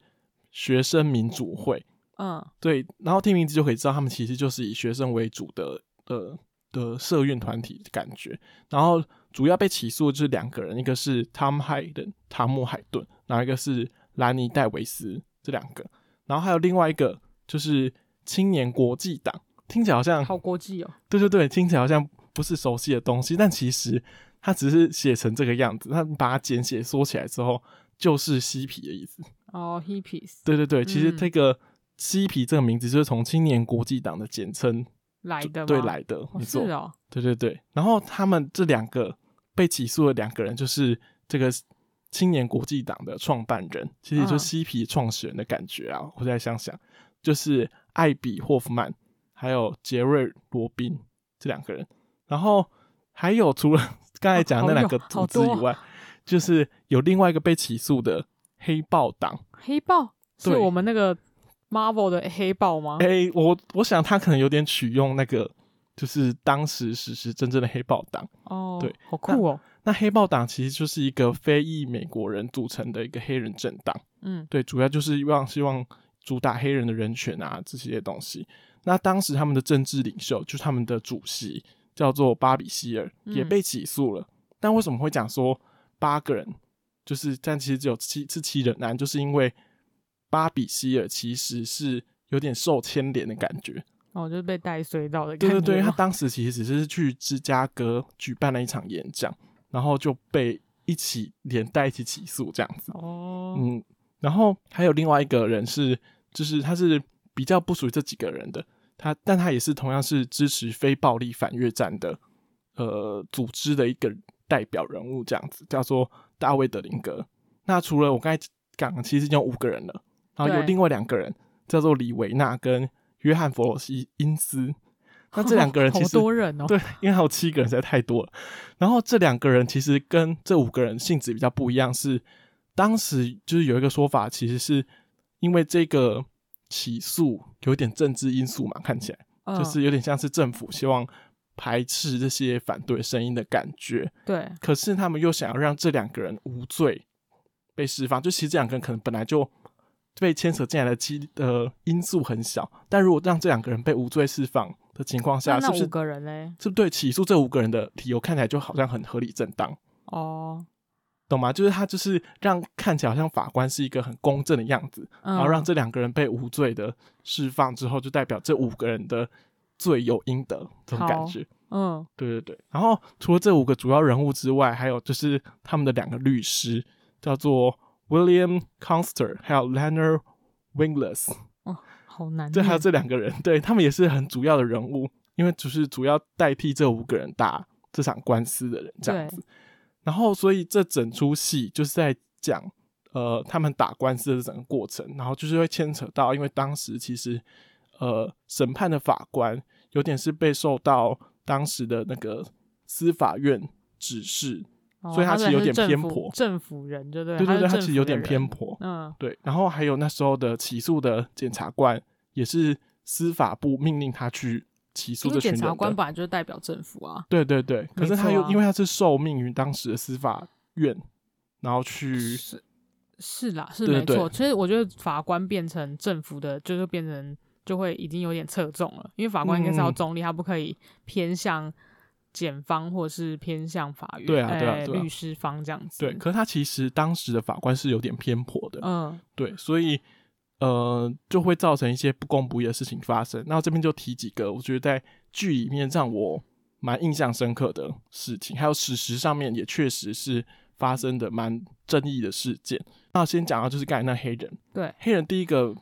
学生民主会，
嗯，
对，然后听名字就可以知道，他们其实就是以学生为主的，呃的社运团体的感觉。然后主要被起诉的就是两个人，一个是汤姆海顿，汤姆海顿，然后一个是兰尼戴维斯这两个，然后还有另外一个就是青年国际党，听起来好像
好国际哦，
对对对，听起来好像不是熟悉的东西，但其实它只是写成这个样子，它把它简写缩起来之后就是嬉皮的意思。
哦，hippies
对对对，其实
嗯
这个嬉皮这个名字就是从青年国际党的简称
来的吗
对来的，
哦
没
是
错，
哦，
对对对。然后他们这两个被起诉的两个人，就是这个青年国际党的创办人，其实也就
嗯
是嬉皮创始人的感觉啊。我再想想，就是艾比霍夫曼还有杰瑞罗宾这两个人，然后还有除了刚才讲的那两个
好好
组
有
织以
哦好多
外， 就是有另外一个被起诉的黑豹党。
黑豹是
对哎
我们那个 Marvel 的黑豹吗？
诶，我我想他可能有点取用那个，就是当时实施真正的黑豹党。
哦，
对，
好酷哦，
那黑豹党其实就是一个非裔美国人组成的一个黑人政党，
嗯
对，主要就是让希望主打黑人的人权啊这些东西。那当时他们的政治领袖就是他们的主席叫做巴比希尔，
嗯
也被起诉了。但为什么会讲说八个人？就是但其实只有七是七人案，就是因为巴比希尔其实是有点受牵连的感觉，
哦，就是被带衰到的感
对
觉哦
对对，
吗，
他当时其实只是去芝加哥举办了一场演讲，然后就被一起连带一起起诉这样子。
哦，
嗯，然后还有另外一个人是，就是他是比较不属于这几个人的，他但他也是同样是支持非暴力反越战的呃组织的一个代表人物，这样子叫做大卫德林格。那除了我刚才讲，其实已经有五个人了，然后有
对
另外两个人叫做李维纳跟约翰佛罗西因斯。那这两个人其
好
实
多人哦，
对，因为还有七个人实在太多了。然后这两个人其实跟这五个人性质比较不一样是，当时就是有一个说法，其实是因为这个起诉有点政治因素嘛，看起来
嗯，
就是有点像是政府希望排斥这些反对声音的感觉，
对，
可是他们又想要让这两个人无罪被释放，就其实这两个人可能本来就。被牵扯进来的基呃因素很小，但如果让这两个人被无罪释放的情况
那
下，是
那
不是
五个人嘞，
是不是对起诉这五个人的理由看起来就好像很合理正当，
哦，
懂吗？就是他就是让看起来好像法官是一个很公正的样子，
然
然后让这两个人被无罪的释放之后，就代表这五个人的罪有应得这种感
好
觉。
嗯
对对对。然后除了这五个主要人物之外，还有就是他们的两个律师，叫做 William Conster 还有 Leonard Wingless。
好难念，
对，还有这两个人，对他们也是很主要的人物，因为就是主要代替这五个人打这场官司的人这样
对
子。然后，所以这整出戏就是在讲呃他们打官司的整个过程，然后就是会牵扯到，因为当时其实呃审判的法官有点是被受到当时的那个司法院指示，
哦，
所以他其实有
是
点
政
偏
府
颇
政府人就对，
对对对，
他
他其实
是政
有
府的
点偏
人，
颇，
嗯，
对，然后还有那时候的起诉的检察官也是司法部命令他去起诉
因
这
为
群
检
人
察官
的。
本来就是代表政府啊，
对对对，可
没
是他
错
又、
啊
因为他是受命于当时的司法院，然后去
是是啦，是
嗯对
没
对
错。其实我觉得法官变成政府的，就是变成就会已经有点侧重了，因为法官应该是要
嗯
中立，他不可以偏向检方或是偏向法院，
对啊对啊
哎
对啊
律师方这样子。
对，可是他其实当时的法官是有点偏颇的，
嗯，
对，所以呃就会造成一些不公不义的事情发生。那我这边就提几个，我觉得在剧里面让我蛮印象深刻的事情，还有史实上面也确实是发生的蛮争议的事件。那先讲到就是刚才那黑人，
对，
黑人第一个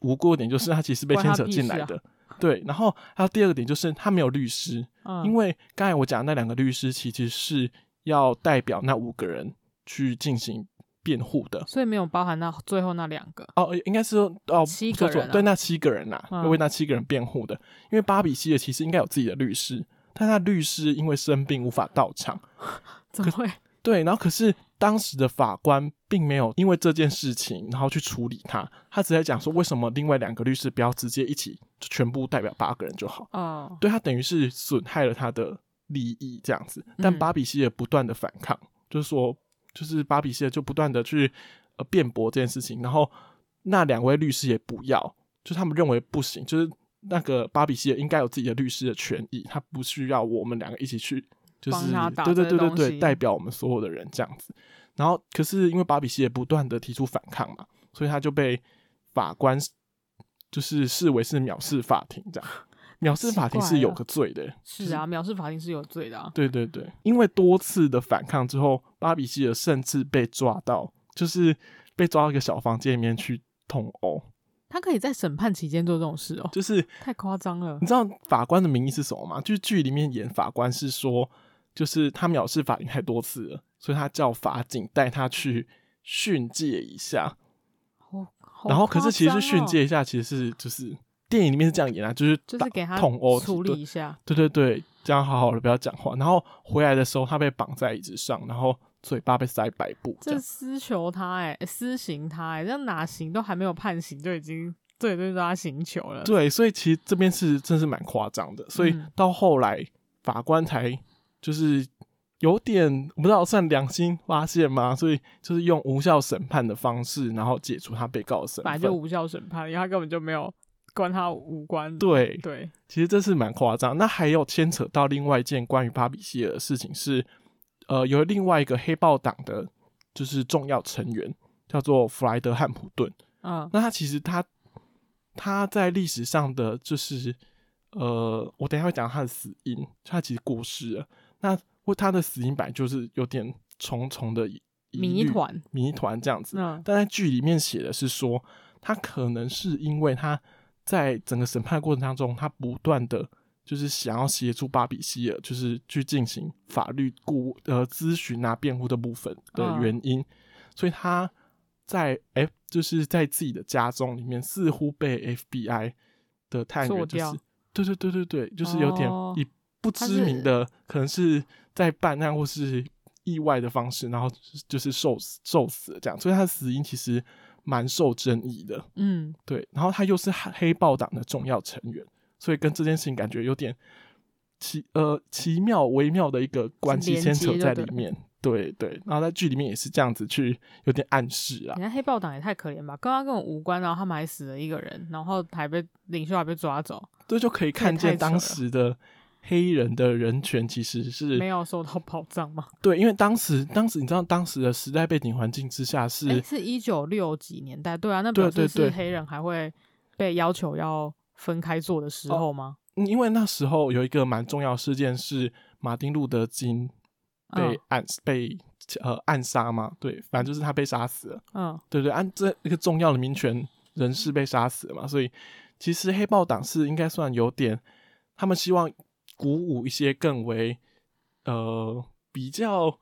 无辜的点就是他其实被
关
牵
他
扯
屁
进
事
来
啊
的，对，然后还有第二个点就是他没有律师，
嗯
因为刚才我讲的那两个律师其实是要代表那五个人去进行辩护的。
所以没有包含到最后那两个。
哦，呃应该是说哦，
七
说
个
错
人啊
对那七个人啦、
嗯
要为那七个人辩护的。因为巴比希尔其实应该有自己的律师，但他律师因为生病无法到场。
怎么会？
对，然后可是当时的法官并没有因为这件事情然后去处理他，他只在讲说为什么另外两个律师不要直接一起就全部代表八个人就好。
哦，
对他等于是损害了他的利益这样子。但
嗯
巴比希尔不断的反抗，就是说，就是巴比希尔就不断的去呃辩驳这件事情，然后那两位律师也不要，就他们认为不行，就是那个巴比希尔应该有自己的律师的权益，他不需要我们两个一起去，就是
帮他打
对对
这
对
些
对
东
对，
西
代表我们所有的人这样子。然后可是因为巴比希尔不断的提出反抗嘛，所以他就被法官就是视为是藐视法庭这样。藐视法庭
奇怪
是有
了
个罪的，
是啊，藐视法庭是有罪的啊。
对对对，因为多次的反抗之后，巴比希尔甚至被抓到，就是被抓到一个小房间里面去痛殴，
他可以在审判期间做这种事哦，
就是
太夸张了
你。知道法官的名义是什么吗？就是剧里面演法官是说，就是他藐视法庭太多次了，所以他叫法警带他去训诫一下。
好好
然后可是
夸
其实
张
是训
哦，
诫一下，其实是就是电影里面是这样演啊，就是
就
打
是给他
痛殴
处
对
理一下。
对对对，这样好好的不要讲话。然后回来的时候，他被绑在椅子上，然后嘴巴被塞白布， 这
这
样
私囚他哎、欸，私刑他哎、欸，这哪行都还没有判刑就已经对对他刑求了。
对，所以其实这边是真是蛮夸张的，所以
嗯
到后来法官才就是有点我不知道算良心发现吗？所以就是用无效审判的方式，然后解除他被告的身
本来
份。
就无效审判，因为他根本就没有关他无关。
对，
对，
其实这是蛮夸张。那还有牵扯到另外一件关于巴比希尔的事情是，呃，有另外一个黑豹党的就是重要成员叫做弗莱德汉普顿。
嗯，
那他其实他他在历史上的就是呃，我等一下会讲他的死因，就他其实过世了。那为他的死因本来就是有点重重的疑
谜
虑
团，
谜团这样子。
嗯
但在剧里面写的是说，他可能是因为他在整个审判过程当中，他不断的就是想要协助巴比希尔，就是去进行法律顾呃咨询啊、辩护的部分的
嗯
原因，所以他在哎、就是在自己的家中里面，似乎被 FBI 的探员
做
就是
掉
对对对对对，就是有点
哦
以不
他
知名
是
的，可能是在办案或是意外的方式，然后就是就是受死受死了这样，所以他的死因其实蛮受争议的。
嗯，
对，然后他又是黑黑豹党的重要成员，所以跟这件事情感觉有点奇呃奇妙微妙的一个关系
连
牵
接
扯
就
在
对
里面。对对，然后在剧里面也是这样子去有点暗示啊
你。看黑豹党也太可怜吧，跟他跟我无关，然后他们还死了一个人，然后还被领袖还被抓走，
这就可以看
太
见
扯
当
了
时的黑人的人权其实是
没有受到保障吗？
对，因为当时当时你知道当时的时代背景环境之下是，
诶是一九六几年代，对啊，那表
对
示
对
是黑人还会被要求要分开坐的时候吗？
嗯因为那时候有一个蛮重要的事件是马丁路德金被
嗯
暗、被呃暗杀嘛，对，反正就是他被杀死了，
嗯，
对不对？按这一个重要的民权人士被杀死了嘛，所以其实黑豹党是应该算有点，他们希望鼓舞一些更为呃比较。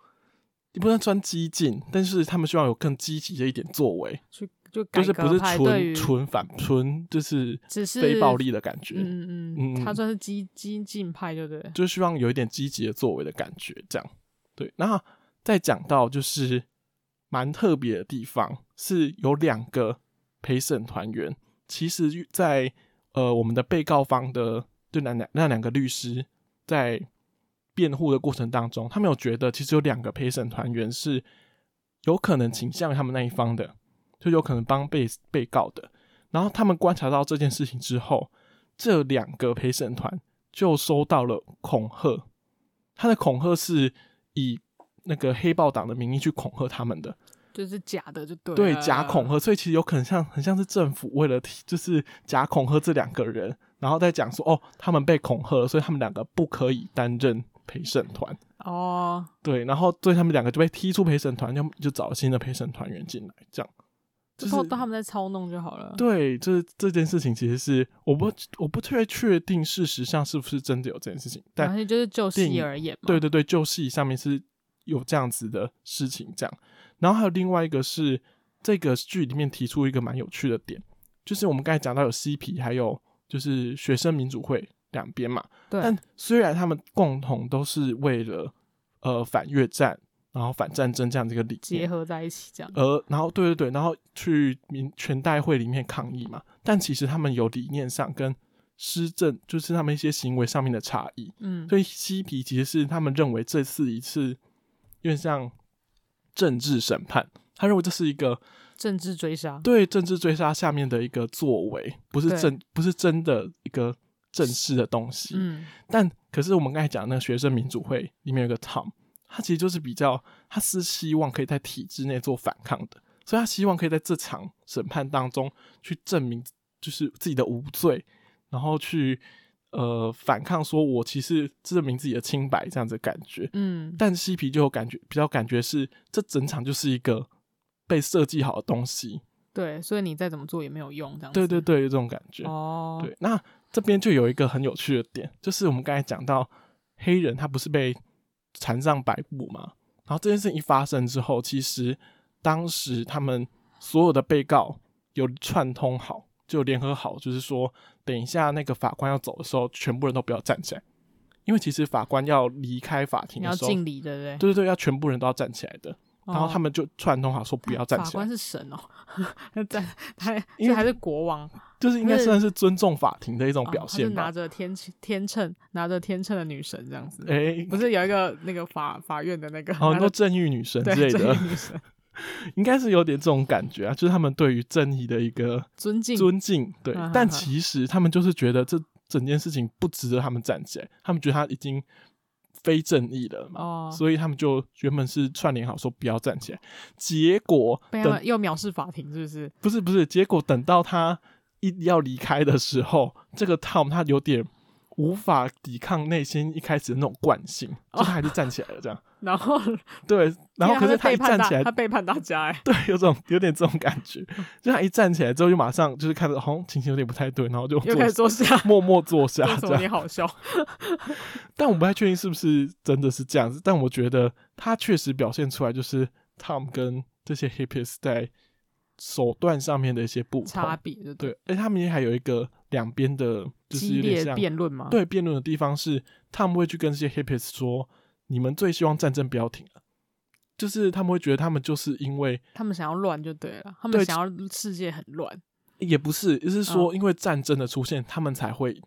也不能算激进，但是他们希望有更积极的一点作为，
去就改
就是
革
不是
派对于
纯纯反纯，就是
只是
非暴力的感觉，
嗯嗯
嗯
嗯，他算是激激进派，对不对？
就是希望有一点积极的作为的感觉，这样。对，那再讲到就是蛮特别的地方，是有两个陪审团员，其实在呃我们的被告方的对那两那两个律师在辩护的过程当中，他们有觉得其实有两个陪审团员是有可能倾向于他们那一方的，就有可能帮被被告的。然后他们观察到这件事情之后，这两个陪审团就收到了恐吓，他的恐吓是以那个黑豹党的名义去恐吓他们的，
就是假的就对了，啊
对假恐吓，所以其实有可能像很像是政府为了提就是假恐吓这两个人，然后再讲说哦，他们被恐吓了，所以他们两个不可以担任陪审团。
哦，
对，然后对他们两个就被踢出陪审团，就就找新的陪审团员进来，这样。就
就是都都他们在操弄就好了。
对，这这件事情其实是我不我不确确定事实上是不是真的有这件事情，但
反正就是就
电
戏
影
而言嘛。
对对对，旧戏上面是有这样子的事情，这样。然后还有另外一个是这个剧里面提出一个蛮有趣的点，就是我们刚才讲到有嬉皮，还有就是学生民主会两边嘛，
对
但虽然他们共同都是为了呃反越战，然后反战争这样的一个理
结
念，
合在一起这样。
呃，然后对对对，然后去民全代会里面抗议嘛，但其实他们有理念上跟施政，就是他们一些行为上面的差异。
嗯，
所以嬉皮其实是他们认为这次一次，因为像政治审判，他认为这是一个
政治追杀。
对政治追杀下面的一个作为，不是
对
正不是真的一个正式的东西。
嗯，
但可是我们刚才讲那个学生民主会里面有个 Tom，他其实就是比较，他是希望可以在体制内做反抗的，所以他希望可以在这场审判当中去证明就是自己的无罪，然后去呃反抗，说我其实证明自己的清白这样子的感觉。
嗯，
但嬉皮就有感觉，比较感觉是这整场就是一个被设计好的东西，
对，所以你再怎么做也没有用，这样子。
对对对，有这种感觉。
哦，
对，那这边就有一个很有趣的点，就是我们刚才讲到黑人他不是被缠上白布嘛，然后这件事情一发生之后，其实当时他们所有的被告有串通好，就联合好，就是说等一下那个法官要走的时候，全部人都不要站起来，因为其实法官要离开法庭
你
的
要
时候，
敬礼，对不对？
对对对，要全部人都要站起来的，
哦啊
然后他们就串通好说不要站
法
起来
官，是神哦，在他
因为
这还是国王
就是应该
是
算是尊重法庭的一种
哦
表
她
现
是
吧
拿。着天天秤，拿着天秤的女神这样子。
哎，
不是有一个那个法法院的 那个，
好
拿
多
着
哦正义女神之
对
类
这
的
个，女神，
应该是有点这种感觉啊，就是他们对于正义的一个
尊敬
尊敬，对
嗯。
但
嗯嗯
其实他们就是觉得这整件事情不值得他们站起来，他们觉得他已经非正义了嘛，
哦，
所以他们就原本是串联好说不要站起来，结果
被他
等
们又藐视法庭，是不是？
不是不是，结果等到他一要离开的时候，这个 Tom 他有点。无法抵抗内心一开始的那种惯性，就是他还是站起来了，这样、
然后，
对。然后可是
天啊哦他
一
背叛
站
大
起来
他，背叛大家，哎，
对， 有种有点这种感觉，就他一站起来之后，就马上就是看到好像情形有点不太对，然后就坐
又开始坐下，
默默坐
为
下
什
这
么你
样。
好笑？
但我不太确定是不是真的是这样子，但我觉得他确实表现出来，就是 Tom 跟这些 hippies 在手段上面的一些不
差
同。
别就对
对，而且他们也还有一个两边的，就是
激
有点
烈
像
辩论嘛，，
对辩论的地方是，Tom 会去跟这些 hippies 说，你们最希望战争不要停了，就是他们会觉得他们就是因为
他们想要乱就对了，他
对
们想要世界很乱
也不是，就是
嗯
说因为战争的出现，他们才会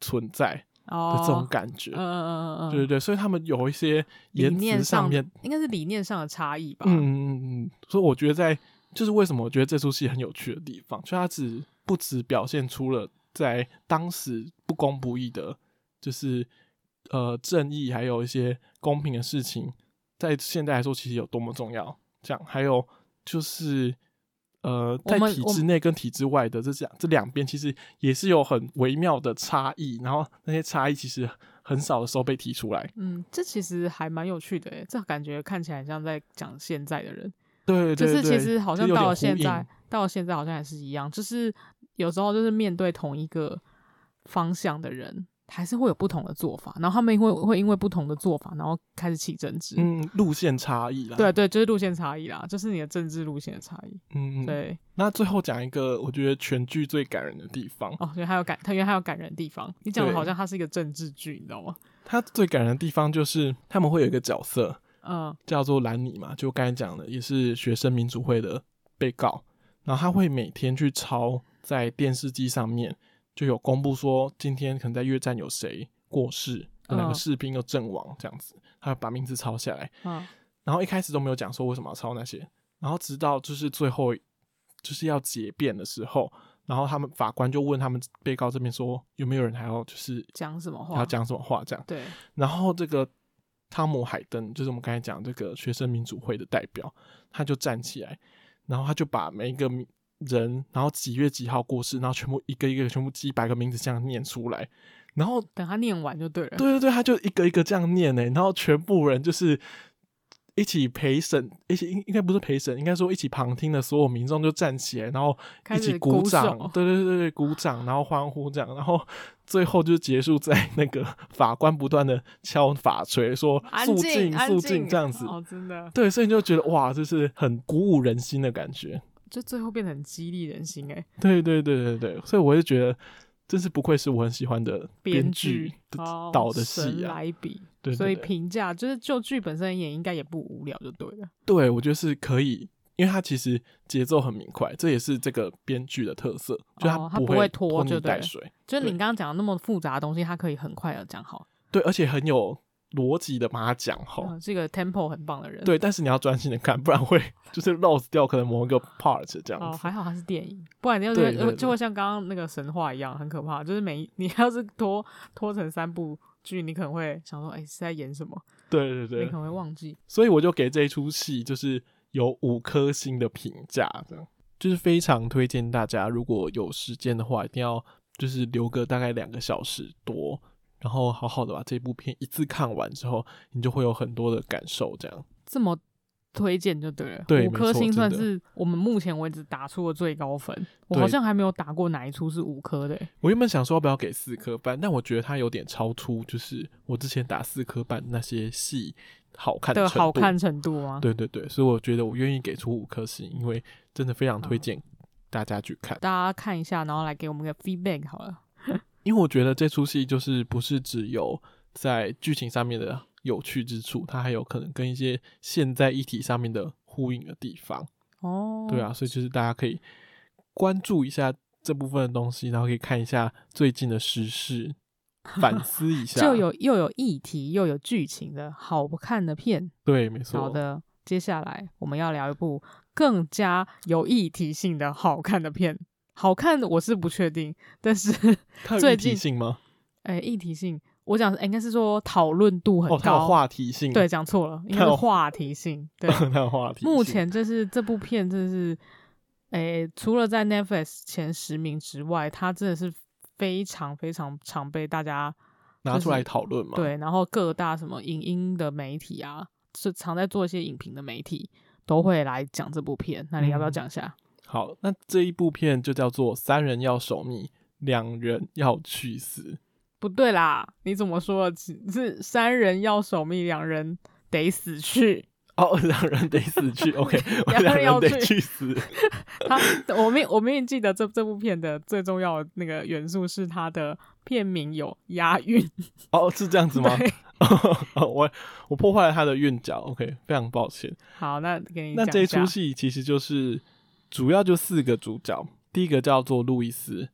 存在的
哦，
这种感觉。
嗯嗯嗯嗯
对对
嗯，
对，所以他们有一些
理
言
念
辞
上
面，
应该是理念上的差异吧，
嗯嗯嗯嗯，所以我觉得在就是为什么我觉得这出戏很有趣的地方，就它只不只表现出了在当时不公不义的，就是呃正义还有一些公平的事情，在现在来说其实有多么重要。这样还有就是呃，
我
在
们
体
我
制内跟体制外的这两这两边，其实也是有很微妙的差异，然后那些差异其实很少的时候被提出来。
嗯，这其实还蛮有趣的诶，这感觉看起来很像在讲现在的人，
对对
就
对，
是其实好像
有
到
点呼
了现
应
在，到了现在好像还是一样，就是有时候就是面对同一个方向的人，还是会有不同的做法，然后他们会会因为不同的做法，然后开始起争执。
嗯路线差异啦。
对对，就是路线差异啦，就是你的政治路线的差异。
嗯，嗯。
对，
那最后讲一个，我觉得全剧最感人的地方。
哦，原来还有感，他原来还有感人的地方。你讲的
对
好像它是一个政治剧，你知道吗？
它最感人的地方就是他们会有一个角色
嗯，
叫做兰尼嘛，就刚才讲的，也是学生民主会的被告。然后他会每天去抄在电视机上面就有公布说今天可能在越战有谁过世，哪个
嗯
士兵又阵亡这样子，他把名字抄下来。
嗯
然后一开始都没有讲说为什么要抄那些，然后直到就是最后就是要结辩的时候，然后他们法官就问他们被告这边说有没有人还要就是
讲什么话
要讲什么话这样，
对，
然后这个汤姆海登就是我们刚才讲这个学生民主会的代表，他就站起来，然后他就把每一个名人，然后几月几号过世，然后全部一个一个全部几百个名字这样念出来，然后
等他念完就对了。
对对对，他就一个一个这样念呢，欸然后全部人就是一起陪审，一起应应该不是陪审，应该说一起旁听的所有民众就站起来，然后
开
一
始
起鼓
鼓
掌
手，
对对对对，鼓掌，然后欢呼这样，然后最后就结束在那个法官不断的敲法锤说
安
肃
静，
静
安
肃
静
静这样子，
哦，真的，
对，所以你就觉得哇，就是很鼓舞人心的感觉，
就最后变得很激励人心哎、
对对对对对，所以我就觉得。真是不愧是我很喜欢的编剧
剧
的
哦
导的
神
戏啊！
来笔，
对对
所以
对
评价就是就剧本身也应该也不无聊就对了。
对，我觉得是可以，因为它其实节奏很明快，这也是这个编剧的特色，就
哦
它
它不
会
会拖
拖泥
就对
带
了
水，
就是你
对
刚刚讲的那么复杂的东西，它可以很快的讲好，
对，而且很有逻辑的把它讲好。
嗯，是一个 tempo 很棒的人。，
哦对，但是你要专心的看，不然会 就是漏掉可能某一个 part 这样
哦，
子。
还好它是电影，不然你要
对
就呃
对对
就会像刚刚那个神话一样很可怕，就是每一 你要是拖拖成三部剧，你可能会想说，哎、是在演什么？
对对
你
对
可，能会忘记。
所以我就给这一出戏就是有五颗星的评价，这样就是非常推荐大家，如果有时间的话，一定要就是留个大概两个小时多，然后好好的把这部片一次看完之后，你就会有很多的感受，这样。
这么推荐就对了。
对
五
没
颗
错
星
真
算
的
是我们目前为止打出的最高分。我
对
好像还没有打过哪一出是五颗的欸、
我原本想说要不要给四颗半，但我觉得它有点超出，就是我之前打四颗半那些戏好看
的
程
好
度
看。程度吗？
对对对，所以我觉得我愿意给出五颗星，因为真的非常
嗯
推荐大家去看，
大家看一下，然后来给我们个 feedback 好了。
因为我觉得这出戏就是不是只有在剧情上面的有趣之处，它还有可能跟一些现在议题上面的呼应的地方。
哦，
对，啊，所以就是大家可以关注一下这部分的东西，然后可以看一下最近的时事，反思一下。
就有又有议题又有剧情的好看的片。
对，没错。
好的，接下来我们要聊一部更加有议题性的好看的片。好看的我是不确定，但是
它有
最
议题
近
性吗？
哎、议题性，我讲、哎应该是说讨论度很
哦，它
高。
有话题性，
对，，讲错了，应该
它
是
有
话题性。 对，
它有话题性。
目前就是这部片，真是，诶、除了在 Netflix 前十名之外，它真的是非常非常常被大家
拿
就
出来
是
讨论嘛，，
对，然后各大什么影音的媒体啊，是常在做一些影评的媒体都会来讲这部片。那你要不要
嗯
讲一下？
好，那这一部片就叫做《三人要守密，两人要去死
不对啦，你怎么说了？是是三人要守密，两人得死去。》。
哦，两人得死去，OK，我
两
两
人要
人得
去
去死。
他，我明我明明记得这这部片的最重要的那个元素是它的片名有押韵，
哦，是这样子吗？
对
哦我我破坏了他的韵脚，OK，非常抱歉。
好，那给你
那
讲
这一
下
出戏其实就是主要就四个主角，第一个叫做路易斯，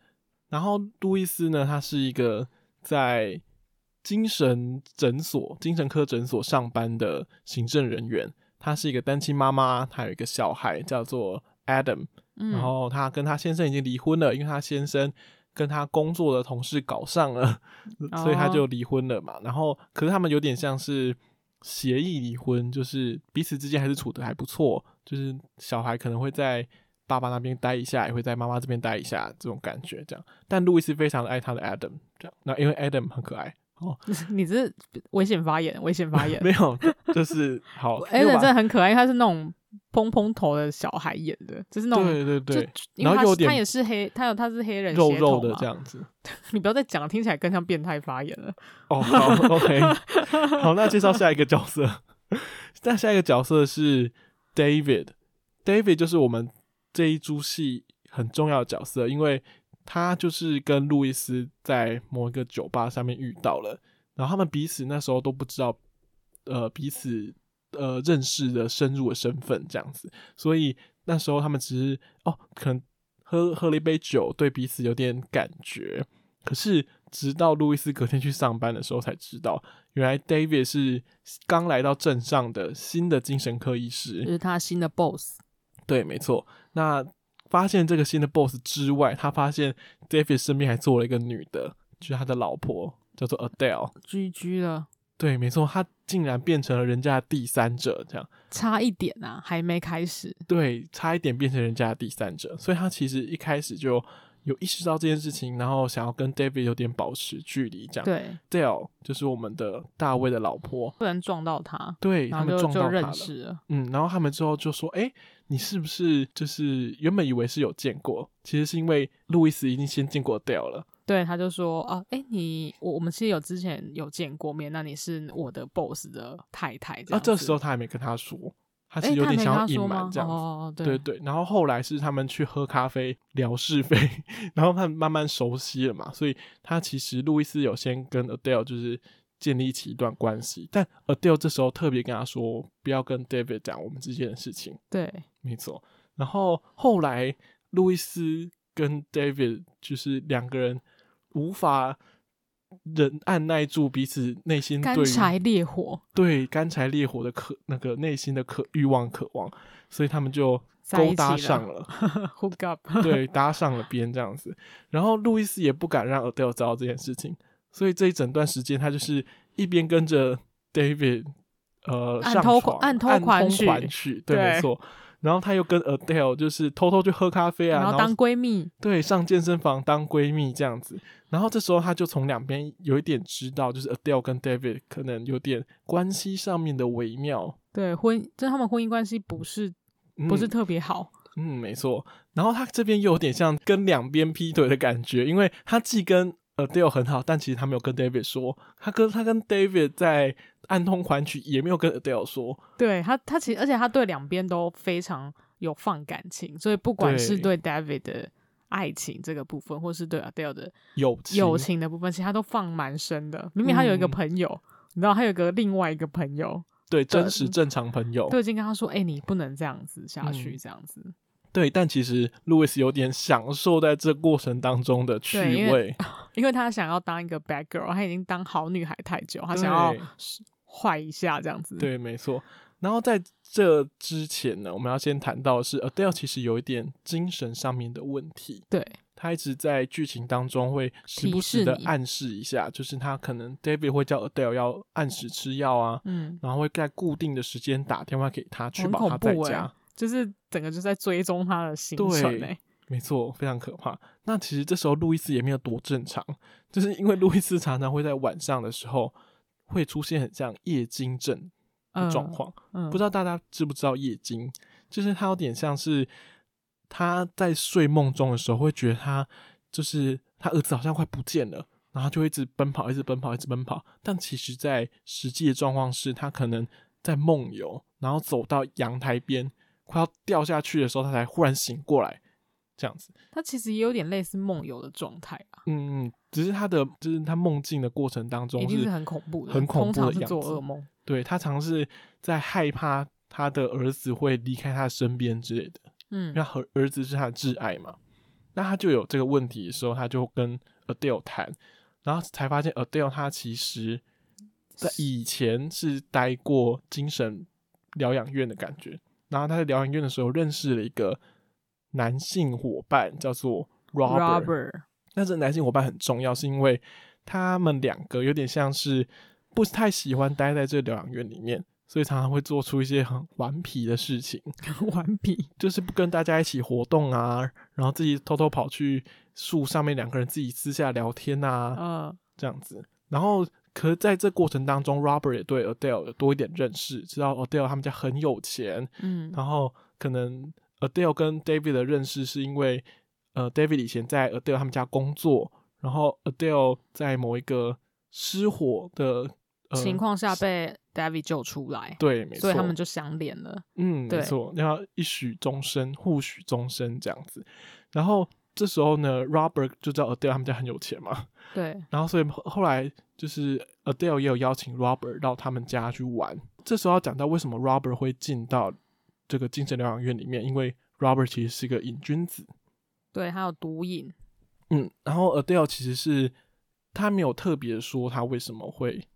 然后路易斯呢，他是一个在精神诊所、精神科诊所上班的行政人员，他是一个单亲妈妈，他有一个小孩叫做 Adam，
嗯
然后他跟他先生已经离婚了，因为他先生跟他工作的同事搞上了， 所以他
哦
就离婚了嘛。然后，可是他们有点像是协议离婚，就是彼此之间还是处的还不错，就是小孩可能会在爸爸那边待一下，也会在妈妈这边待一下，这种感觉这样。但路易斯非常的爱他的 Adam，这样，那因为 Adam 很可爱哦，
你这是危险发言，危险发言。
没有，就是 好
艾
又
伦
把
真的很可爱，他是那种蓬蓬头的小孩演的，就是那种
对对
就
对，
因为
然后
他
又
是
有点
他也是黑，他有他是黑人
肉
血
肉
统
的
嘛
这，样子。
你不要再讲，听起来更像变态发言了。
哦，好，OK，好，那介绍下一个角色。 那下一个角色是 David，David 就是我们这一出戏很重要的角色，因为他就是跟路易斯在某一个酒吧上面遇到了，然后他们彼此那时候都不知道，呃，彼此呃认识的深入的身份这样子，所以那时候他们只是哦，可能喝喝了一杯酒，对彼此有点感觉。可是直到路易斯隔天去上班的时候才知道，原来 David 是刚来到镇上的新的精神科医师。
就是他新的 boss。
对，没错。那发现这个新的 boss 之外，他发现 David 身边还坐了一个女的，就是他的老婆，叫做 Adele。
居居了，
对，没错，他竟然变成了人家的第三者，这样
差一点啊，还没开始。
对，差一点变成人家的第三者。所以他其实一开始就有意识到这件事情，然后想要跟 David 有点保持距离，这样。
对，
Adele 就是我们的大卫的老婆，
不然撞到他，
对
然
他
后
们
就
撞到
就
他
认
了。
识了。
嗯，然后他们之后就说：“哎、你是不是就是原本以为是有见过，其实是因为路易斯已经先见过 Dale 了。
对，他就说啊，哎、你我我们其实有之前有见过面，那你是我的 boss 的太太这
那
样子。
啊这时候他还没跟他说，他
哎，
其实有
他
点
没
想
跟
要
他
隐
说
瞒
吗
这样子。
哦哦哦对
对对，然后后来是他们去喝咖啡聊是非， 然后他们慢慢熟悉了嘛，所以他其实路易斯有先跟 Adele 就是建立起一段关系，但 Adele 这时候特别跟他说不要跟 David 讲我们之间的事情，
对
没错。然后后来路易斯跟 David 就是两个人无法忍按耐住彼此内心对
干
于
柴烈火
对干柴烈火的渴那个内心的渴欲望渴望，所以他们就
在
勾
一
搭
起了
上了。
hook up，
对，搭上了边这样子。然后路易斯也不敢让 Adele 知道这件事情，所以这一整段时间他就是一边跟着 David 呃
暗
上
偷
床
暗偷
暗
款
通
曲
款曲，对，没
对
错。然后他又跟 Adele 就是偷偷去喝咖啡啊，
然
然
后
后
当闺蜜，
对上健身房当闺蜜这样子。然后这时候他就从两边有一点知道，就是 Adele 跟 David 可能有点关系上面的微妙。
对婚，就是他们婚姻关系不是不是
嗯
特别好，
嗯，没错。然后他这边又有点像跟两边劈腿的感觉，因为他既跟 Adele 很好，但其实他没有跟 David 说，他跟他跟 David 在暗通款曲，也没有跟 Adele 说。
对他他其实而且他对两边都非常有放感情，所以不管是对 David 的爱情这个部分，或是对 Adele 的
友情，
友情的部分，其实他都放蛮深的。明明他有一个
嗯
朋友，你知道他有一个另外一个朋友，
对真实
嗯
正常朋友，
都已经跟他说：“哎、你不能这样子下去，
哦嗯
这样子。
对但其实路易斯有点享受在这过程当中的趣
对因为啊
味，
因为他想要当一个 bad girl，他已经当好女孩太久，他想要
对
坏一下这样子。
对，没错。然后在这之前呢，我们要先谈到的是 Adele 其实有一点精神上面的问题，
对
他一直在剧情当中会时不
提
时
示
的
你
暗示一下，就是他可能 David 会叫 Adele 要按时吃药啊，
嗯，
然后会在固定的时间打电话给他，确
很
保他
恐
在
怖哎、
家。
就是整个就在追踪他的行程
对
哎、
没错，非常可怕。那其实这时候路易斯也没有多正常，就是因为路易斯常常会在晚上的时候会出现很像夜惊症的
嗯
状况。
嗯，
不知道大家知不知道夜惊，就是他有点像是他在睡梦中的时候，会觉得他就是他儿子好像快不见了，然后他就会一直奔跑，一直奔跑，一直奔跑。但其实，在实际的状况是，他可能在梦游，然后走到阳台边，快要掉下去的时候，他才忽然醒过来，这样子。
他其实也有点类似梦游的状态啊，
嗯，嗯，只是他的就是他梦境的过程当中
一定是很恐怖的，
很恐怖
通常
的
是
样
做
子
噩梦。
对他常是在害怕他的儿子会离开他身边之类的，因
嗯
为他儿儿子是他的挚爱嘛。那他就有这个问题的时候，他就跟 Adele 谈，然后才发现 Adele 他其实在以前是待过精神疗养院的感觉，然后他在疗养院的时候认识了一个男性伙伴，叫做 Robert。
，Robert
但是男性伙伴很重要，是因为他们两个有点像是不太喜欢待在这个疗养院里面，所以常常会做出一些很顽皮的事情，
顽皮，
就是不跟大家一起活动啊，然后自己偷偷跑去树上面，两个人自己私下聊天啊，
呃，
这样子。然后，可是在这过程当中，Robert 也对 Adele 有多一点认识，知道 Adele 他们家很有钱，
嗯，
然后可能 Adele 跟 David 的认识是因为，呃，David 以前在 Adele 他们家工作，然后 Adele 在某一个失火的、呃、
嗯情，况下被 David 救出来，
对，没错，
所以他们就相恋了。
嗯，没
对
错，要一许终身，互许终身这样子。然后这时候呢，Robert 就知道 Adele 他们家很有钱嘛，
对，
然后所以后后来就是 Adele 也有邀请 Robert 到他们家去玩。这时候要讲到为什么 Robert 会进到这个精神疗养院里面，因为 Robert 其实是一个瘾君子，
对，还有毒瘾，
嗯，然后 Adele 其实是他没有特别说他为什么会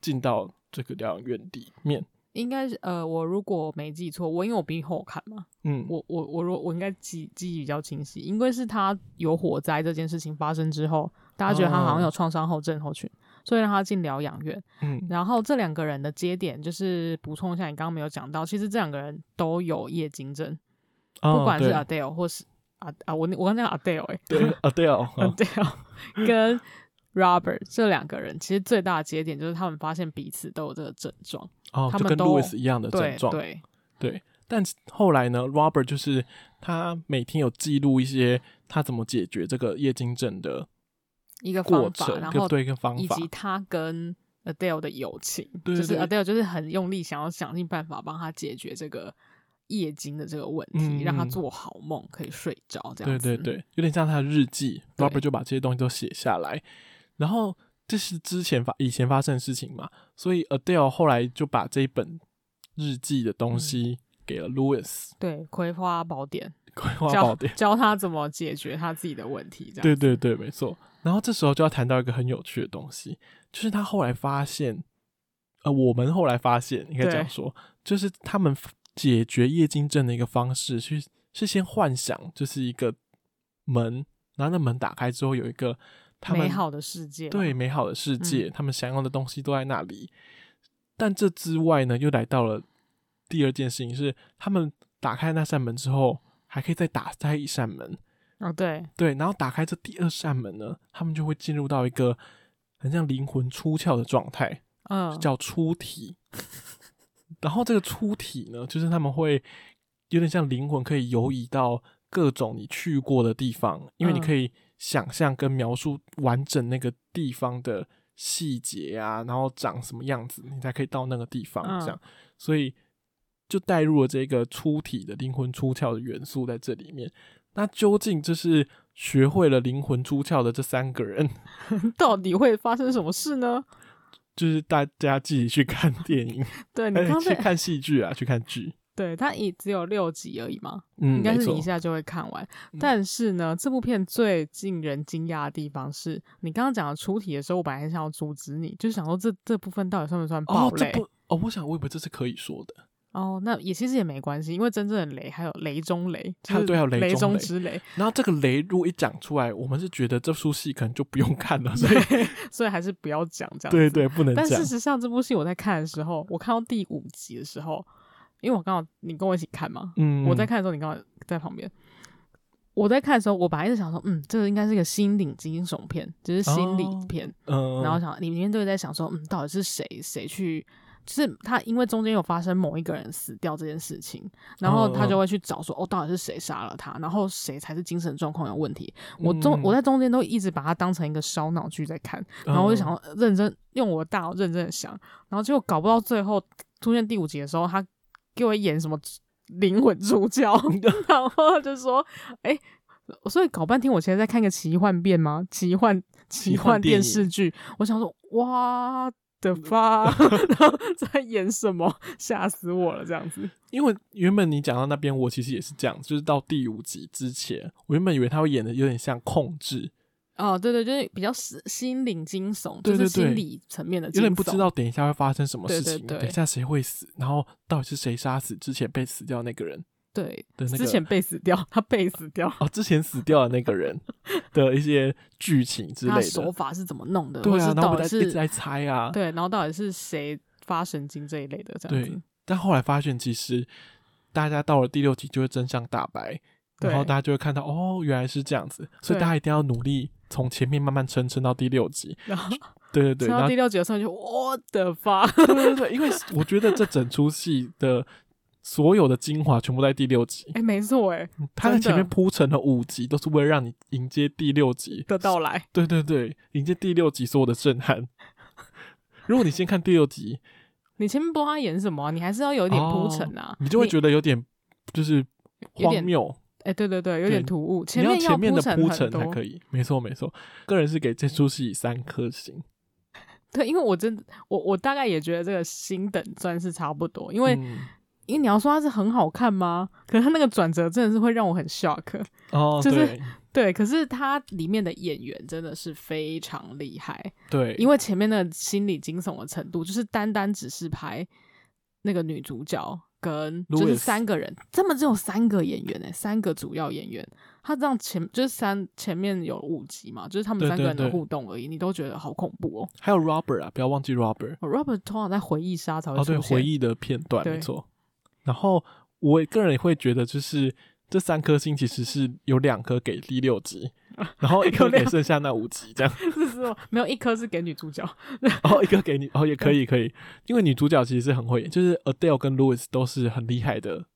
进到这个疗养院里面，
应该是呃，我如果没记错，我因为我比你后看嘛，
嗯，
我我我若我应该记记忆比较清晰，因为是他有火灾这件事情发生之后，大家觉得他好
哦
像有创伤后症候群，所以让他进疗养院。
嗯
然后这两个人的接点就是补充一下，你刚刚没有讲到，其实这两个人都有夜惊症，
哦
不管是
对
Adele 或是啊啊，我我刚才讲 Adele 哎、
对 Adele，嗯
Adele 跟 Robert 这两个人，其实最大的节点就是他们发现彼此都有这个症状，
哦，
他
就
们
跟
都
Louis 一样的症
对
状，
对
但后来呢，Robert 就是他每天有记录一些他怎么解决这个夜惊症的
一个
过
方法，
程，
然
跟
后
对一个方
以
法
及，他跟 Adele 的友情，
对
就是
对
Adele 就是很用力想要想尽办法帮他解决这个夜惊的这个问
嗯
题，让他
嗯
做好梦可以睡着这
对
样子。
对对，有点像他的日记
对
，Robert 就把这些东西都写下来，然后这是之前发以前发生的事情嘛，所以 Adele 后来就把这一本日记的
嗯
东西给了 Louis
对葵花宝典
葵花
教
宝典，
教他怎么解决他自己的问题，这样
对对对，没错。然后这时候就要谈到一个很有趣的东西，就是他后来发现，呃，我们后来发现，应该这样
对
说，就是他们 f- 解决夜惊症的一个方式是是先幻想，就是一个门，然后那门打开之后有一个他们
美好的世界嘛，嗯
对美好的世界，他们想要的东西都在那里。但这之外呢，又来到了第二件事情是，他们打开那扇门之后，还可以再打开一扇门。
哦对，
对，然后打开这第二扇门呢，他们就会进入到一个很像灵魂出窍的状态，
嗯，
叫出体。然后这个出体呢，就是他们会有点像灵魂可以游移到各种你去过的地方，因为你
嗯
可以想象跟描述完整那个地方的细节啊，然后长什么样子，你才可以到那个地方这样。所以就带入了这个出体的灵魂出窍的元素在这里面。那究竟就是学会了灵魂出窍的这三个人，
到底会发生什么事呢？
就是大家自己去看电影，
对你
哎
刚
去
才，
看戏剧啊，去看剧。
对它也只有六集而已嘛，
嗯，
应该
没
是
错嗯
你一下就会看完。但是呢，这部片最令人惊讶的地方是，你刚刚讲的出题的时候，我本来很想要阻止你，就是想说这这部分到底算不算暴
哦，
雷
这？不哦，我想我以为这是可以说的，
哦那也其实也没关系，因为真正的雷还有雷中雷，
还有
就是
对还有雷
雷
中雷
之 雷，
然后这个雷如果一讲出来，我们是觉得这出戏可能就不用看了， 所以
对，所以还是不要讲这样。
对。对，不能
但
讲
事。实上，这部戏我在看的时候，我看到第五集的时候，因为我刚好你跟我一起看嘛，
嗯，
我在看的时候，你刚好在旁边。我在看的时候，我本来一直想说，嗯，这个应该是一个心理惊悚片，就是心理
哦
片。
嗯，
然后想里面就在想说，嗯，到底是谁谁去？就是他因为中间有发生某一个人死掉这件事情，然
哦
后他就会去找说，哦，到底是谁杀了他？然后谁才是精神状况有问题？我中、
嗯
我在中间都一直把它当成一个烧脑剧在看，然后我就想
嗯
要认真用我的大脑认真的想，然后结果搞不到最后出现第五集的时候，他给我演什么灵魂出 窍，然后就说，哎、所以搞半天，我现在在看个奇幻片吗？奇幻奇幻电嗯视剧，我想说，哇的发， 然后在演什么？吓死我了，这样子。
因为原本你讲到那边，我其实也是这样，就是到第五集之前，我原本以为他会演的有点像控制，
哦，对对，就是比较心心灵惊悚，
对
就是
对对
心理层面的
有
惊悚，
点不知道等一下会发生什么事情，
对对对
等一下谁会死，然后到底是谁杀死之前被死掉那个人
对。
的那个
之前被死掉，他被死掉，
哦，之前死掉的那个人的一些剧情之
他
类
手
的，
法是怎么弄的，
对
或
啊，
是
然后
到
我们
底
在一直
是
在猜啊，
对，然后到底是谁发神经这一类的，这样
对
子。，
但后来发现其实大家到了第六集就会真相大白，
对
然后大家就会看到哦，原来是这样子，所以
对
大家一定要努力从前面慢慢撑撑到第六集，
然后
对对对，
看
然
到
后
第六集的时候就我的发，
对对对，因为我觉得这整出戏的所有的精华全部在第六集， 嗯
哎，没错，哎
它在
真的
前面铺陈了五集，都是为了让你迎接第六集
的到来，
对对对，迎接第六集所有的震撼。 如果你先看第六集，
你前面不知道他演什么啊、你还是要有一点铺陈啊、
哦你就会觉得有点就是
有
荒
点
谬，
哎、对对对，有
对
点突兀，
你
面
前面的
陈
铺
很
陈才
多。
可以。没错没错，个人是给这出戏三颗星，
对，因为我真的我我大概也觉得这个星等算是差不多，因为
嗯
因为你要说它是很好看吗？可是它那个转折真的是会让我很 shock。
哦，
就是
对
对，可是它里面的演员真的是非常厉害，
对，
因为前面那个心理惊悚的程度，就是单单只是拍那个女主角跟就是
Louis
三个人，这么只有三个演员呢、欸三个主要演员，他这样前就是三前面有五集嘛，就是他们
对
三个
对
人的
对
互动而已，你都觉得好恐怖哦。
还有 Robert 啊，不要忘记 Robert。
哦 Robert 通常在回忆杀才会
哦，
出现，
对，回忆的片段
对
没错。然后我个人也会觉得，就是这三颗星其实是有两颗给第六 集，然后一
有
颗
两
给剩下那五集这样，
是是哦，没有一颗是给女主角，
然后一个 给你，哦也可以可以，因为女主角其实是很会演，就是 Adele 跟 Louis 都是很厉害的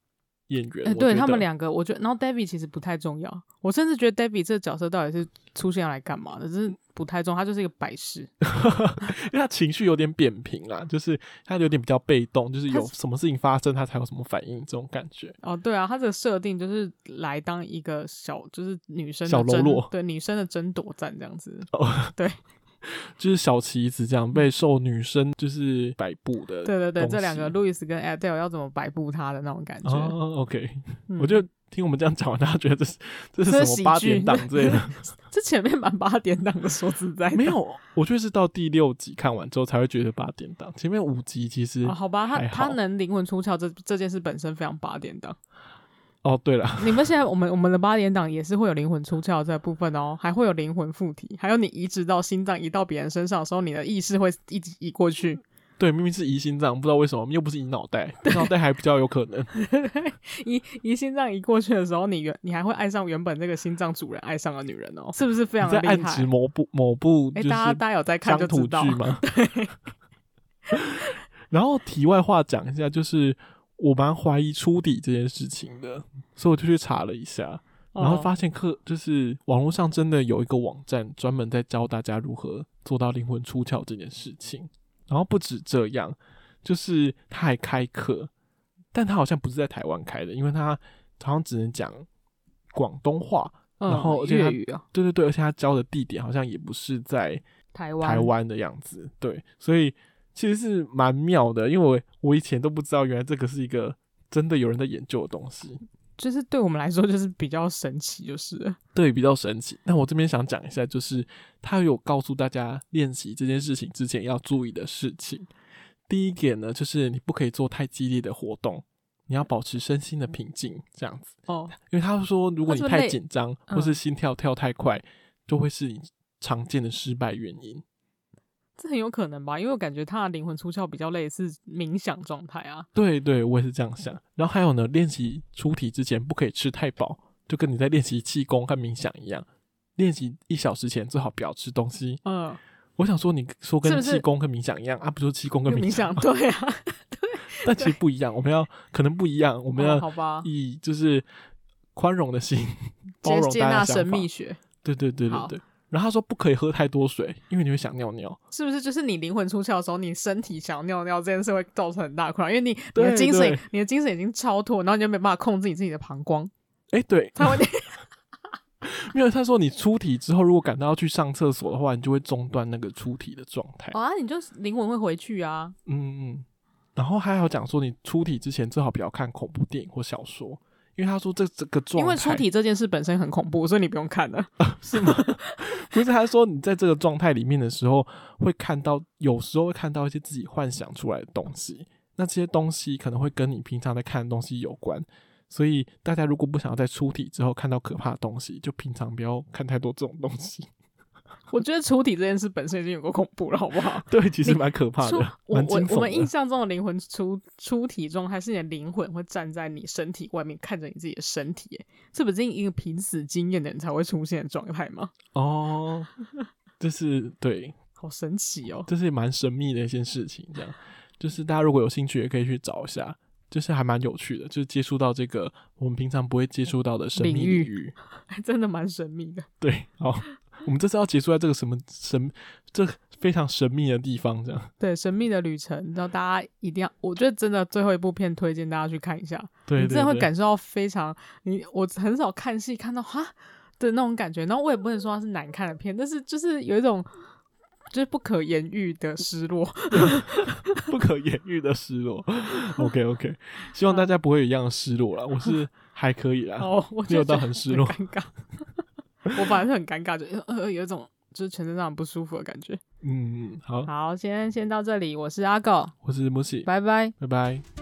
演员，
哎、
我
对
觉
他们
得
两个，我觉得，然后 David 其实不太重要，我甚至觉得 David 这个角色到底是出现要来干嘛的，就是不太重要，他就是一个摆饰。
因为他情绪有点扁平啦，就是他有点比较被动，就是
他
有什么事情发生他才有什么反应这种感觉。
哦，对啊，他这个设定就是来当一个小，就是女生的
小喽
争
啰
对女生的争夺战这样子。
就是小旗子这样被受女生就是摆布的，
嗯对对对，
东
这两
西
个路易斯跟 Adele 要怎么摆布他的那种感觉，
哦，OK，
嗯
我就听我们这样讲完，大家觉得这是这是
这是
什
喜
么八
剧
点档之 类的？
这前面蛮八点档的，说实在的
没有，我觉得是到第六集看完之后才会觉得八点档，前面五集其实
哦，好吧，他
还
他
好
能灵魂出窍这这件事本身非常八点档。
哦，对了，
你们现在我们我们的八点档也是会有灵魂出窍这部分哦，还会有灵魂附体，还有你移植到心脏移到别人身上的时候，你的意识会一直移过去，
对，明明是移心脏，不知道为什么又不是移脑袋，脑袋还比较有可能。
移移心脏移过去的时候，你原你还会爱上原本这个心脏主人爱上了女人哦，是不是非
你
常
在
的厉害
暗？指某部某部
哎、
就是
大家大家有在看
乡
就
土
知道
剧，吗？ 然后题外话讲一下，就是我蛮怀疑出底这件事情的，所以我就去查了一下。
哦
然后发现课就是网络上真的有一个网站专门在教大家如何做到灵魂出窍这件事情。然后不止这样，就是他还开课，但他好像不是在台湾开的，因为他好像只能讲广东话。
嗯、
然后而且
粤
它
语啊，
对对对，而且他教的地点好像也不是在
台湾
台湾的样子。对，所以其实是蛮妙的，因为我我以前都不知道，原来这个是一个真的有人在研究的东西。
就是对我们来说就是比较神奇，就是了
对，比较神奇。那我这边想讲一下，就是他有告诉大家练习这件事情之前要注意的事情。第一点呢，就是你不可以做太激烈的活动，你要保持身心的平静，这样子。
哦，
因为他说，如果你
他是不是
太
累
紧张
嗯
或是心跳跳太快，就会是你常见的失败原因。
这很有可能吧，因为我感觉他的灵魂出窍比较类似冥想状态啊，
对对，我也是这样想。然后还有呢，练习出题之前不可以吃太饱，就跟你在练习气功和冥想一样，练习一小时前最好不要吃东西。
嗯。
我想说，你说
是
跟
不是
气功跟冥想一样啊？不就是气功跟
冥
冥
想，
吗？
对啊，
但其实不一样，我们要可能不一样，我
我
们要
哦好吧，
以就是宽容的心包
接
容
接
大
纳
家的
神
想法
秘。学，
对对对
好
对对。然后他说不可以喝太多水，因为你会想尿尿。
是不是就是你灵魂出窍的时候，你身体想要尿尿这件事会造成很大困扰，因为你你的
对
精神
对
你的精神已经超脱，然后你就没办法控制你自己的膀胱，
哎，对，
它会
因为他说你出体之后，如果感到要去上厕所的话，你就会中断那个出体的状态。
啊，你就灵魂会回去啊。
嗯，嗯，然后还有讲说，你出体之前最好不要看恐怖电影或小说，因为他说这这个状态，
因为出体这件事本身很恐怖，所以你不用 看了。
不是，他说你在这个状态里面的时候，会看到有时候会看到一些自己幻想出来的东西，那这些东西可能会跟你平常在看的东西有关。所以大家如果不想要在出体之后看到可怕的东西，就平常不要看太多这种东西。
我觉得出体这件事本身已经有够恐怖了，好不好？
对，其实
你
蛮可怕
出
的，
我
蛮
我
惊
我们印
悚的。
象中的灵魂出出体状态是你的灵魂会站在你身体外面看着你自己的身体，哎这不是一个凭死经验的人才会出现的状态吗？
哦，就是对，
好神奇哦！
这是蛮神秘的一件事情。这样，就是大家如果有兴趣，也可以去找一下，就是还蛮有趣的，就是接触到这个我们平常不会接触到的神秘
领
领
域
域
还真的蛮神秘的。
对，好， 我们这次要结束在这个什么神，这非常神秘的地方，这样。
对，神秘的旅程，然后大家一定要，我觉得真的最后一部片推荐大家去看一下，
对
你真的会
对
感受到非常，你我很少看戏看到哈的那种感觉，然后我也不能说它是难看的片，但是就是有一种就是不可言喻的失 落。
不可言喻的失落。OK OK，希望大家不会有一样的失落啦。我是还可以啦，
哦，我
没有
就
到
觉得
很失落
尴尬。 我反而是很尴尬，就呃呃有一种就是全身上很不舒服的感觉。
嗯，好，
好，今天先到这里，我是阿狗，
我是 Musi，
拜拜。
拜拜。